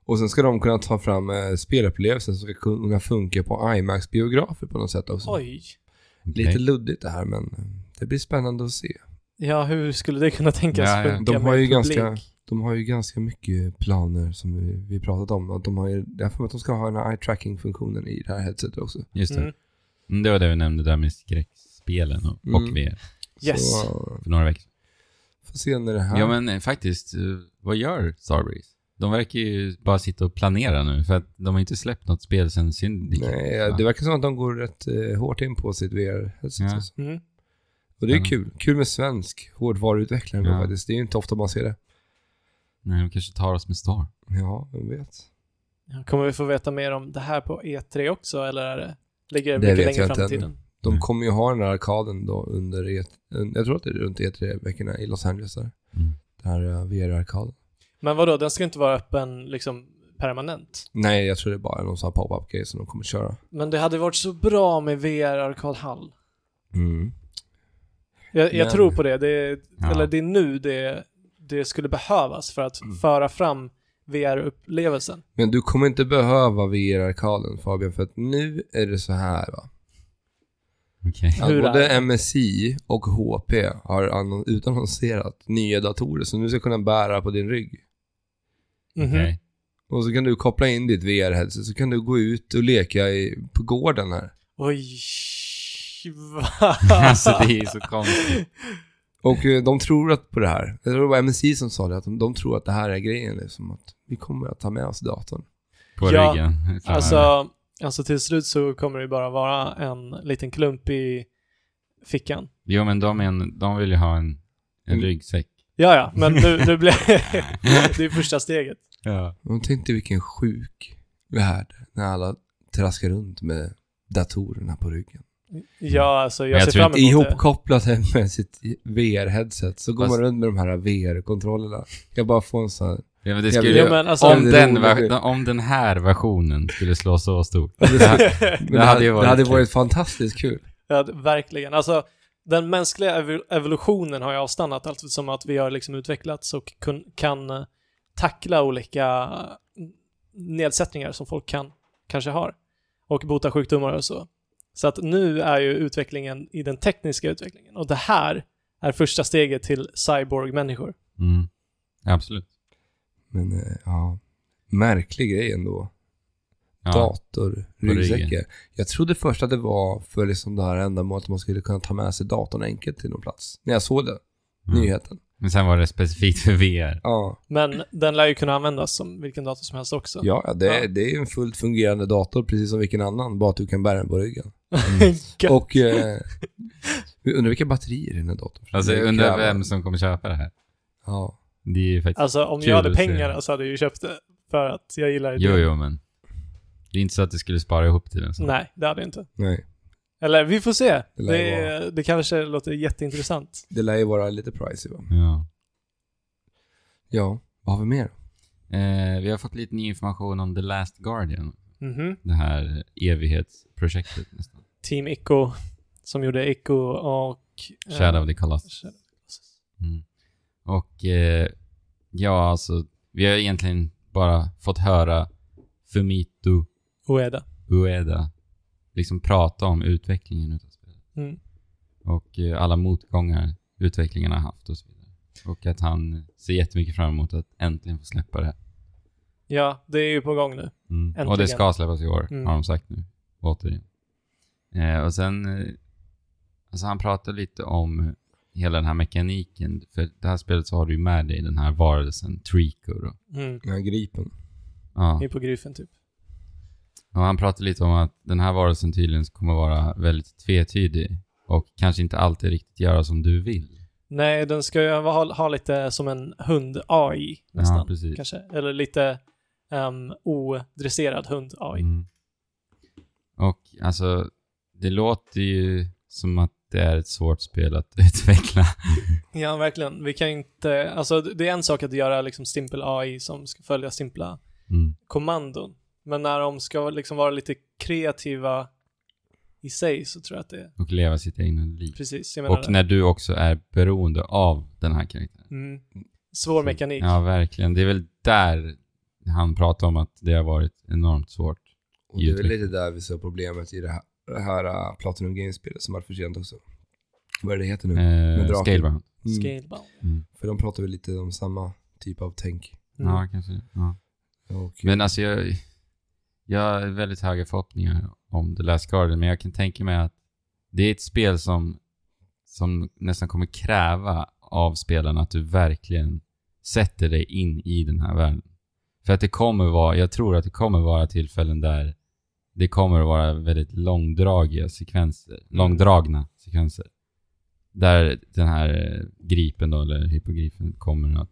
Och sen ska de kunna ta fram eh, spelupplevelser som ska kunna funka på IMAX-biografer på något sätt också.
Oj.
Lite
Okej.
luddigt det här men eh, det blir spännande att se.
Ja, hur skulle det kunna tänkas
Ja, ja.
funka
De har
med
ju
publik? Mm.
ganska- De har ju ganska mycket planer som vi, vi pratat om. Och de har ju, jag har för mig att de ska ha den här eye-tracking-funktionen i det här headsetet också.
Just det.
Mm.
Mm. Det var det vi nämnde där med skräckspelen och,
Mm.
och VR
Yes.
Så,
för några veckor sedan.
får se när det här...
Ja men eh, faktiskt, eh, vad gör Starbreeze? De verkar ju bara sitta och planera nu för att de har inte släppt något spel sen Syndicate.
Nej,
va?
det verkar som att de går rätt eh, hårt in på sitt VR-headset.
Ja.
alltså.
Mm.
Och det är
Spännande.
kul. Kul med svensk hårdvaruutvecklare
Ja.
ja. faktiskt. Det är ju inte ofta man ser det.
Nej, de kanske tar oss med storm.
Ja, vem vet.
Ja, Kommer vi få veta mer om det här på E3 också, eller är det, ligger det
Det
mycket
vet
längre
jag
fram i
inte ännu.
tiden?
De
Mm.
kommer ju ha den här arkaden då under, E- un- jag tror att det är runt E3-veckorna i Los Angeles där.
Mm.
Den här eh, VR-arkaden.
Men vadå, den ska inte vara öppen liksom permanent?
Nej, jag tror det är bara någon sån här pop-up grej som de kommer köra.
Men det hade varit så bra med VR-arkadhall.
Mm.
Jag, jag
Men-
tror på det. det är,
Ja.
Eller det är nu det, det skulle behövas för
Mm.
att föra fram VR-upplevelsen.
Men du kommer inte behöva VR-arkaden Fabian, för att nu är det så här va.
Okej.
Att
Hur
både
är
MSI och HP har annon- utannonserat nya datorer som du ska kunna bära på din rygg.
Mhm.
Okej.
Och så kan du koppla in ditt VR-headset så kan du gå ut och leka i, på gården här.
Oj.
Alltså det är ju så konstigt.
Och eh, de tror att på det här. Jag tror det var MSI som sa det, att de, de tror att det här är grejen liksom. Att vi kommer att ta med oss datorn.
På
Ja,
ryggen. framöver.
alltså, alltså till slut så kommer det bara vara en liten klump i fickan.
Jo men de, är en, de vill ju ha en, en
Mm.
ryggsäck.
Ja, ja, men nu, nu blir det är första steget.
Ja.
Och tänk dig vilken sjuk värld när alla traskar runt med datorerna på ryggen.
Ja, alltså jag,
Men jag
ser
tror
fram emot det.
Ihopkopplat med sitt VR-headset så går
eh, Fast-
man runt med de här VR-kontrollerna. Jag bara får en sån här...
Ja, men det
Ja,
skulle,
Ja, men alltså,
om,
det
den
roliga-
ver- om den här versionen skulle slå så stort.
Men
Det hade ju varit
det hade
kul.
varit fantastiskt kul.
Ja, det- verkligen. Alltså, den mänskliga evo- evolutionen har ju avstannat allt som att vi har liksom utvecklats och kun- kan eh, tackla olika eh, nedsättningar som folk kan, kanske har och bota sjukdomar och så. Så att nu är ju utvecklingen i den tekniska utvecklingen och det här är första steget till cyborg-människor.
Mm. Absolut.
Men eh, ja, märklig grej ändå.
Ja.
Dator, ryggsäckar.
ryggen.
Jag trodde först att det var för liksom det här ändamålet att man skulle kunna ta med sig datorn enkelt till någon plats. När jag såg det,
Mm.
nyheten.
Men sen var det specifikt för VR.
Ja,
Men den lär ju kunna användas som vilken dator som helst också.
ja ja, det,
Ja.
Är, det är en fullt fungerande dator precis som vilken annan, bara att du kan bära den på ryggen.
Mm.
Mm.
Gött.
Och eh, vi undrar vilka batterier i den här datorn.
Alltså
Det
jag undrar
kräver-
vem som kommer köpa det här.
Ja.
Det är ju faktiskt...
Alltså om
Kul
jag hade
att se.
pengar så hade jag ju köpt det för att jag gillar det.
jo, jo, men. Det är inte så att du skulle spara ihop till en sån.
Nej, det hade jag inte.
Nej,
Eller vi får se.
Det lär ju
Det, det kanske låter jätteintressant.
det lär ju vara lite pricey va?
Ja.
Ja, vad har vi mer?
Eh, vi har fått lite ny information om The Last Guardian.
Mhm.
Det här evighetsprojektet nästan.
Team Ico som gjorde Ico och... eh,
Shadow of the Colossus.
Shadow of the Colossus.
Mm. Och eh, ja, alltså. Vi har egentligen bara fått höra Fumito
Ueda.
Ueda liksom prata om utvecklingen utav spelet.
Mm.
Och eh, alla motgångar utvecklingen har haft och så vidare. Och att han ser jättemycket fram emot att äntligen få släppa det här.
Ja, det är ju på gång nu.
Mm. Och
Äntligen.
det ska släppas i år,
Mm.
har de sagt nu. Återigen. Eh, och sen... Eh, alltså han pratar lite om hela den här mekaniken. För det här spelet så har du ju med dig den här varelsen, Trico då.
Mm.
Den här gripen.
Ja.
Hippogryfen typ.
Och han pratar lite om att den här varelsen tydligen kommer vara väldigt tvetydig. Och kanske inte alltid riktigt göra som du vill.
Nej, den ska ju ha, ha lite som en hund-AI
Ja,
nästan.
precis.
kanske. Eller lite um, odresserad hund-AI.
Mm. Och alltså, det låter ju som att det är ett svårt spel att utveckla.
Ja, verkligen. Vi kan inte... Alltså, det är en sak att göra liksom simpel AI som ska följa simpla
Mm.
kommandon. Men när de ska liksom vara lite kreativa i sig så tror jag att det är
Och leva sitt egna liv.
precis, jag menar
Och
det.
när du också är beroende av den här karaktären.
Mm. Svår mekanik.
Ja, verkligen. Det är väl där han pratar om att det har varit enormt svårt.
Och det är väl
Utveckling.
lite där vi ser problemet i det här, det här äh, Platinum Games-spelet som var försenat också. Vad är det heter nu?
Eh,
draken.
Scalebound.
Mm.
Scalebound.
För de pratar väl lite om samma typ av tänk.
Mm.
Ja, kanske. Ja.
Och,
Men alltså jag, jag har väldigt höga förhoppningar om The Last Guardian, men jag kan tänka mig att det är ett spel som, som nästan kommer kräva av spelarna att du verkligen sätter dig in i den här världen. För att det kommer vara, jag tror att det kommer vara tillfällen där det kommer att vara väldigt långdragiga sekvenser, långdragna sekvenser. Där den här eh, gripen då, eller hippogrifen kommer att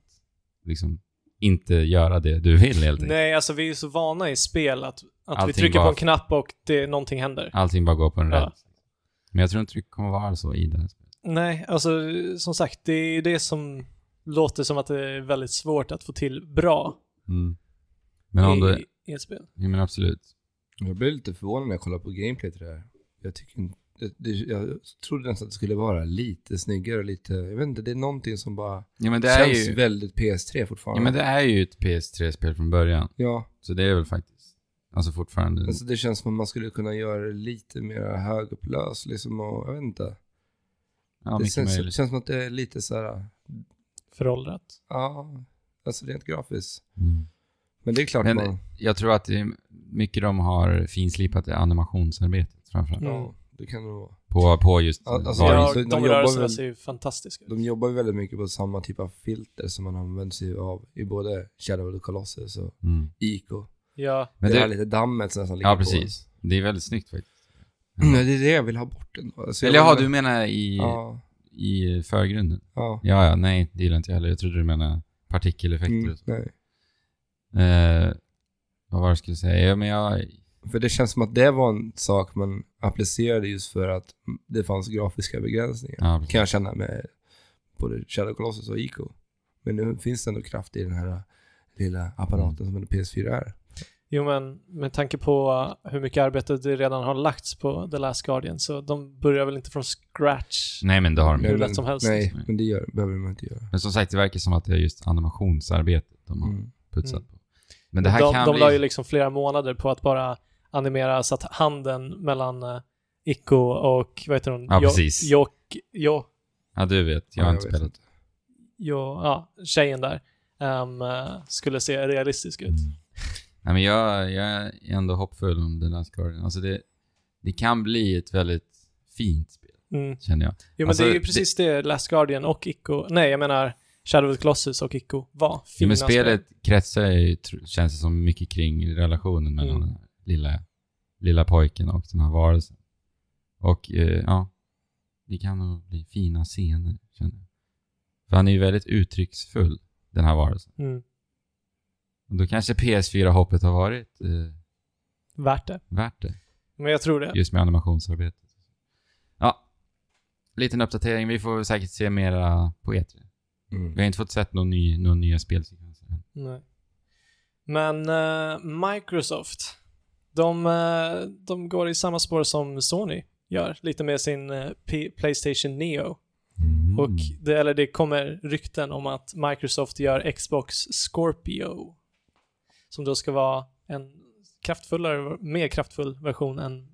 liksom inte göra det du vill helt enkelt.
Nej, alltså vi är ju så vana i spel att, att vi
Allting
trycker på
bara-
en knapp och det, någonting händer.
Allting bara går på en
Ja.
räls. Men jag tror inte det kommer vara så i det här spelet.
Nej, alltså som sagt, det är ju det som låter som att det är väldigt svårt att få till bra
Mm.
Men om
i,
du...
i ett spel.
Ja, men absolut.
jag blev lite förvånad när jag kollade på gameplay till det här. Jag, tycker, inte- det, det, jag trodde nästan att det skulle vara lite snyggare och lite, jag vet inte, det är någonting som bara
Ja, men det är
känns
ju...
väldigt PS3 fortfarande.
Ja, men det är ju ett PS3-spel från början.
Ja,
Så det är väl faktiskt... Alltså fortfarande...
alltså det känns som att man skulle kunna göra det lite mer högupplöst liksom och jag vet inte.
ja,
det
mycket
känns,
möjligt.
känns som att det är lite så här,
Föråldrat.
ja, alltså rent grafiskt.
Mm.
Men det är klart
Men-
man,
Jag tror att det är mycket de har finslipat i animationsarbetet framförallt.
Mm.
ja, det kan det vara.
På, på just...
Ja, alltså,
var-
Ja,
så de
de
jobbar
rörelserna
väl-
ser ju fantastiska ut.
De jobbar ju väldigt mycket på samma typ av filter som man använder sig av i både Shadow of the Colossus och
Mm.
Ico.
Ja,
Men
det,
det,
är lite dammet som nästan ligger
ja,
på oss.
precis. Det är väldigt snyggt faktiskt.
Mm.
Nej, det är det jag vill ha bort ändå. Alltså, jag
Eller
vill
ja,
ha-
du menar i,
Ja,
i förgrunden?
ja.
Ja, ja, nej, det gillar inte jag heller. Jag trodde du menade partikeleffekter
Mm,
och så.
nej.
Eh, vad var det jag skulle säga? Ja, men jag,
För det känns som att det var en sak man applicerade just för att det fanns grafiska begränsningar.
Ja, precis.
Kan jag känna med både Shadow Colossus och Ico. Men nu finns det ändå kraft i den här lilla
Mm.
apparaten som en PS4 är.
Jo, men med tanke på hur mycket arbete det redan har lagts på The Last Guardian så de börjar väl inte från scratch.
Nej, men det har de
Hur
ju.
Mm.
lätt som helst,
Nej,
liksom.
men det gör, behöver man inte göra.
Men som sagt, det verkar som att det är just animationsarbetet de har
Mm.
putsat på. Men det här
de
kan
de
bli...
la ju liksom flera månader på att bara animera så att handen mellan uh, Ico och, vad heter hon?
Ja,
Jo-
precis.
Jok, jo,
Ja, du vet. Jag
Ja,
har
jag
inte
vet
spelat.
jo, ja, tjejen där ehm, eh, skulle se realistisk ut.
Nej, men jag, jag är ändå hoppfull om The Last Guardian. Alltså det, det kan bli ett väldigt fint spel,
Mm.
känner jag.
Jo, men
Alltså,
det är ju precis det... Last Guardian och Ico, nej, jag menar Shadow of the Colossus och Ico var.
Ja,
Fina
men
spel.
spelet kretsar ju, tr- känns det som, mycket kring relationen mellan
Mm.
den här lilla, lilla pojken och den här varelsen. Och eh, ja, det kan nog bli fina scener, känner jag. För han är ju väldigt uttrycksfull, den här varelsen.
Mm.
Och då kanske PS4-hoppet har varit eh,
Värt det.
värt det,
Men jag tror det.
just med animationsarbetet. Ja, liten uppdatering. Vi får säkert se mera på E3.
Mm.
Vi har inte fått sett någon ny, någon nya spelsekvenser än.
Nej. Men eh, Microsoft, de, eh, de går i samma spår som Sony gör, lite med sin eh, P- Playstation Neo. Och
Mm.
det, eller det kommer rykten om att Microsoft gör Xbox Scorpio, som då ska vara en kraftfullare, mer kraftfull version än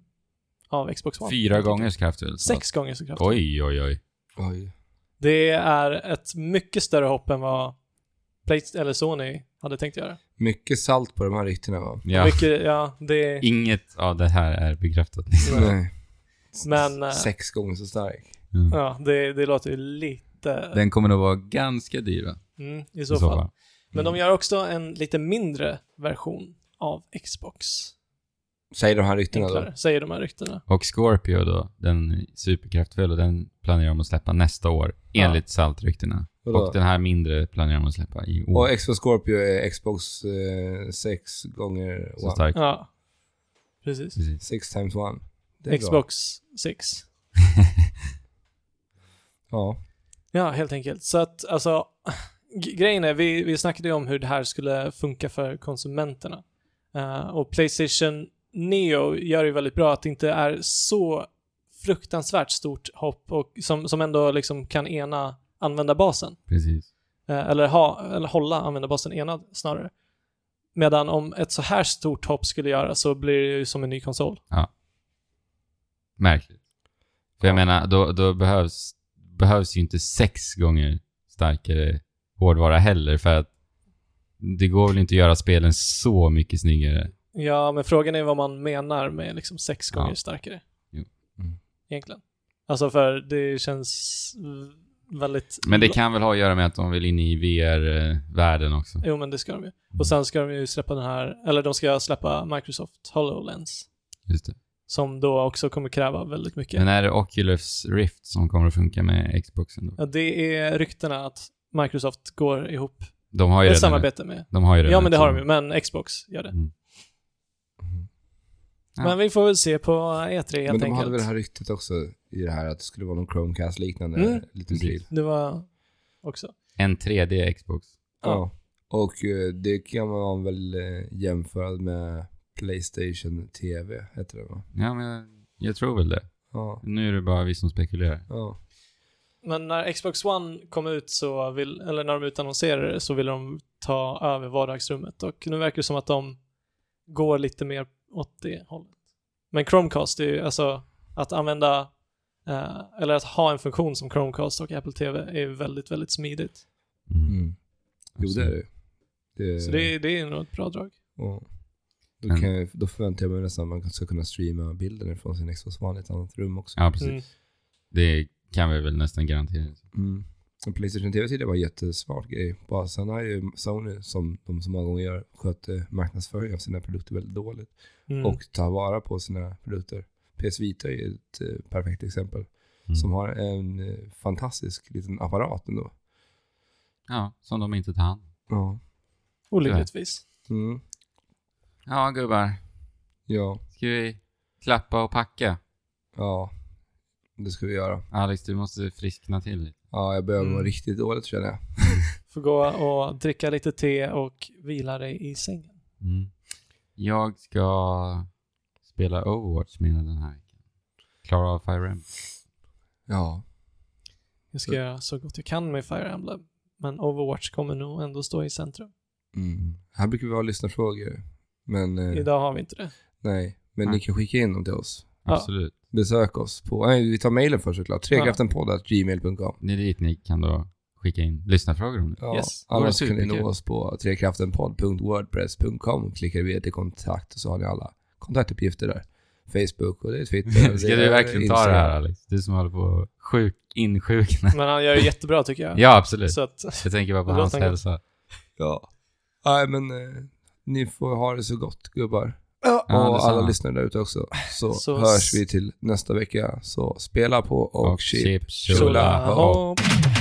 av Xbox One.
Fyra gånger så kraftfullt.
Sex gånger så kraftfull.
Oj, oj, oj.
Oj.
Det är ett mycket större hopp än vad Play- eller Sony hade tänkt göra.
Mycket salt på de här ryktena va?
Ja.
Mycket, ja, det
Inget av det här är bekräftat.
Nej.
Men, eh,
Sex gånger så stark.
Ja, det, det låter ju lite...
Den kommer nog vara ganska dyr va?
Mm, I
I
så fall. Men
Mm.
de gör också en lite mindre version av Xbox.
Säger de här ryktena då?
Enklare, säger de här ryktena.
Och Scorpio då, den superkraftfulla, den planerar de att släppa nästa år.
Ja.
Enligt saltryktena.
Vadå?
Och den Oh. här mindre planerar de att släppa i år.
Och Xbox Scorpio är Xbox eh, sex gånger
så
one.
starkt.
Ja, precis.
Precis.
Six times one. Det är bra.
Xbox 6.
Ja.
Ja, helt enkelt. Så att alltså, g- grejen är, vi, vi snackade ju om hur det här skulle funka för konsumenterna. Eh, och Playstation Neo gör ju väldigt bra att det inte är så fruktansvärt stort hopp och som, som ändå liksom kan ena användarbasen.
Precis.
Eh, eller, ha, eller hålla användarbasen enad snarare. Medan om ett så här stort hopp skulle göra så blir det ju som en ny konsol.
Märkligt. För jag
Ja.
menar, då, då behövs, behövs ju inte sex gånger starkare hårdvara heller för att det går väl inte att göra spelen så mycket snyggare.
Ja, men frågan är vad man menar med liksom sex
Ja.
gånger starkare.
Jo.
Mm.
Egentligen. Alltså för det känns eh, väldigt...
Men det kan väl ha att göra med att de vill in i VR-världen också.
Jo, men det ska de ju. Och sen ska de ju släppa den här, eller de ska släppa Microsoft HoloLens.
Just det.
Som då också kommer kräva väldigt mycket.
Men är det Oculus Rift som kommer att funka med Xboxen då?
Ja, det är ryktena att Microsoft går ihop,
De har ju
ett
redan...
samarbete med.
De har ju redan
Ja, men det
ett
har de ju,
sånt.
men Xbox gör det.
Mm. Ja.
Men vi får väl se på E3 helt
Men de hade
enkelt.
väl det här ryktet också i det här att det skulle vara någon Chromecast-liknande
Mm.
liten stil.
Det var också.
En 3D Xbox.
Ja. Och eh, det kan man väl eh, jämföra med Playstation TV, heter det va?
Ja, men jag, jag tror väl det.
Ja.
Nu är det bara vi som spekulerar.
ja.
Men när Xbox One kom ut så vill, eller när de utannonserade det så ville de ta över vardagsrummet och nu verkar det som att de går lite mer åt det hållet. Men Chromecast är ju alltså att använda eh, eller att ha en funktion som Chromecast och Apple TV är ju väldigt, väldigt smidigt.
Mm. Jo, det är det. det
Så det, är- det är nog ett bra drag.
ja. Då,
Men-
kan jag, då förväntar jag mig nästan att man ska kunna streama bilden från sin Xbox One i ett annat rum också.
Ja, precis.
Mm.
Det kan vi väl nästan garantera.
Mm. Och Playstation TV tidigare var en jättesmart grej. Bara sen har ju Sony, som de så många gånger gör, skött eh, marknadsföring av sina produkter väldigt dåligt.
Mm.
och ta vara på sina produkter. PS Vita är ju ett eh, perfekt exempel
Mm.
som har en eh, fantastisk liten apparat ändå.
Ja, som de inte tar hand om.
Ja.
Olyckligtvis.
Mm.
Ja, gubbar.
Ja.
Ska vi klappa och packa?
Ja. Det ska vi göra.
Alex, du måste friskna till lite.
Ja, jag börjar må
Mm.
riktigt dåligt känner jag.
Får gå och dricka lite te och vila dig i sängen.
Jag ska spela Overwatch med den här veckan. Klara av Fire Emblem.
Ja.
Jag ska göra så gott jag kan med Fire Emblem. Men Overwatch kommer nog ändå stå i centrum.
Mm. Här brukar vi ha lyssnarfrågor. Men eh,
Idag har vi inte det.
nej, men
Nej.
ni kan skicka in dem till oss.
Ja.
Absolut.
Besök oss på, nej vi tar mejlen först såklart. Trekraftenpodd.gmail.com
Det är dit ni kan då skicka in lyssnarfrågor om det.
Ja,
Yes.
Vore
annars kan ni
superkul.
nå oss på trekraftenpodd.wordpress.com. Klickar vi till kontakt och så har ni alla kontaktuppgifter där. Facebook och det är Twitter. och
Ska
det
du
är
verkligen ta det
Instagram.
här Alex? Du som håller på att sjuk, insjukna.
Men han gör ju jättebra tycker jag.
Ja, absolut.
Så att,
Jag tänker bara på
Låt
hans
han gå.
hälsa.
Ja. Nej, men eh, ni får ha det så gott gubbar.
Ja,
och alla
detsamma.
lyssnare där ute också. Så,
Så
hörs
s-
vi till nästa vecka. Så spela på och,
Och
chip.
chips, chula, hopp.
hopp.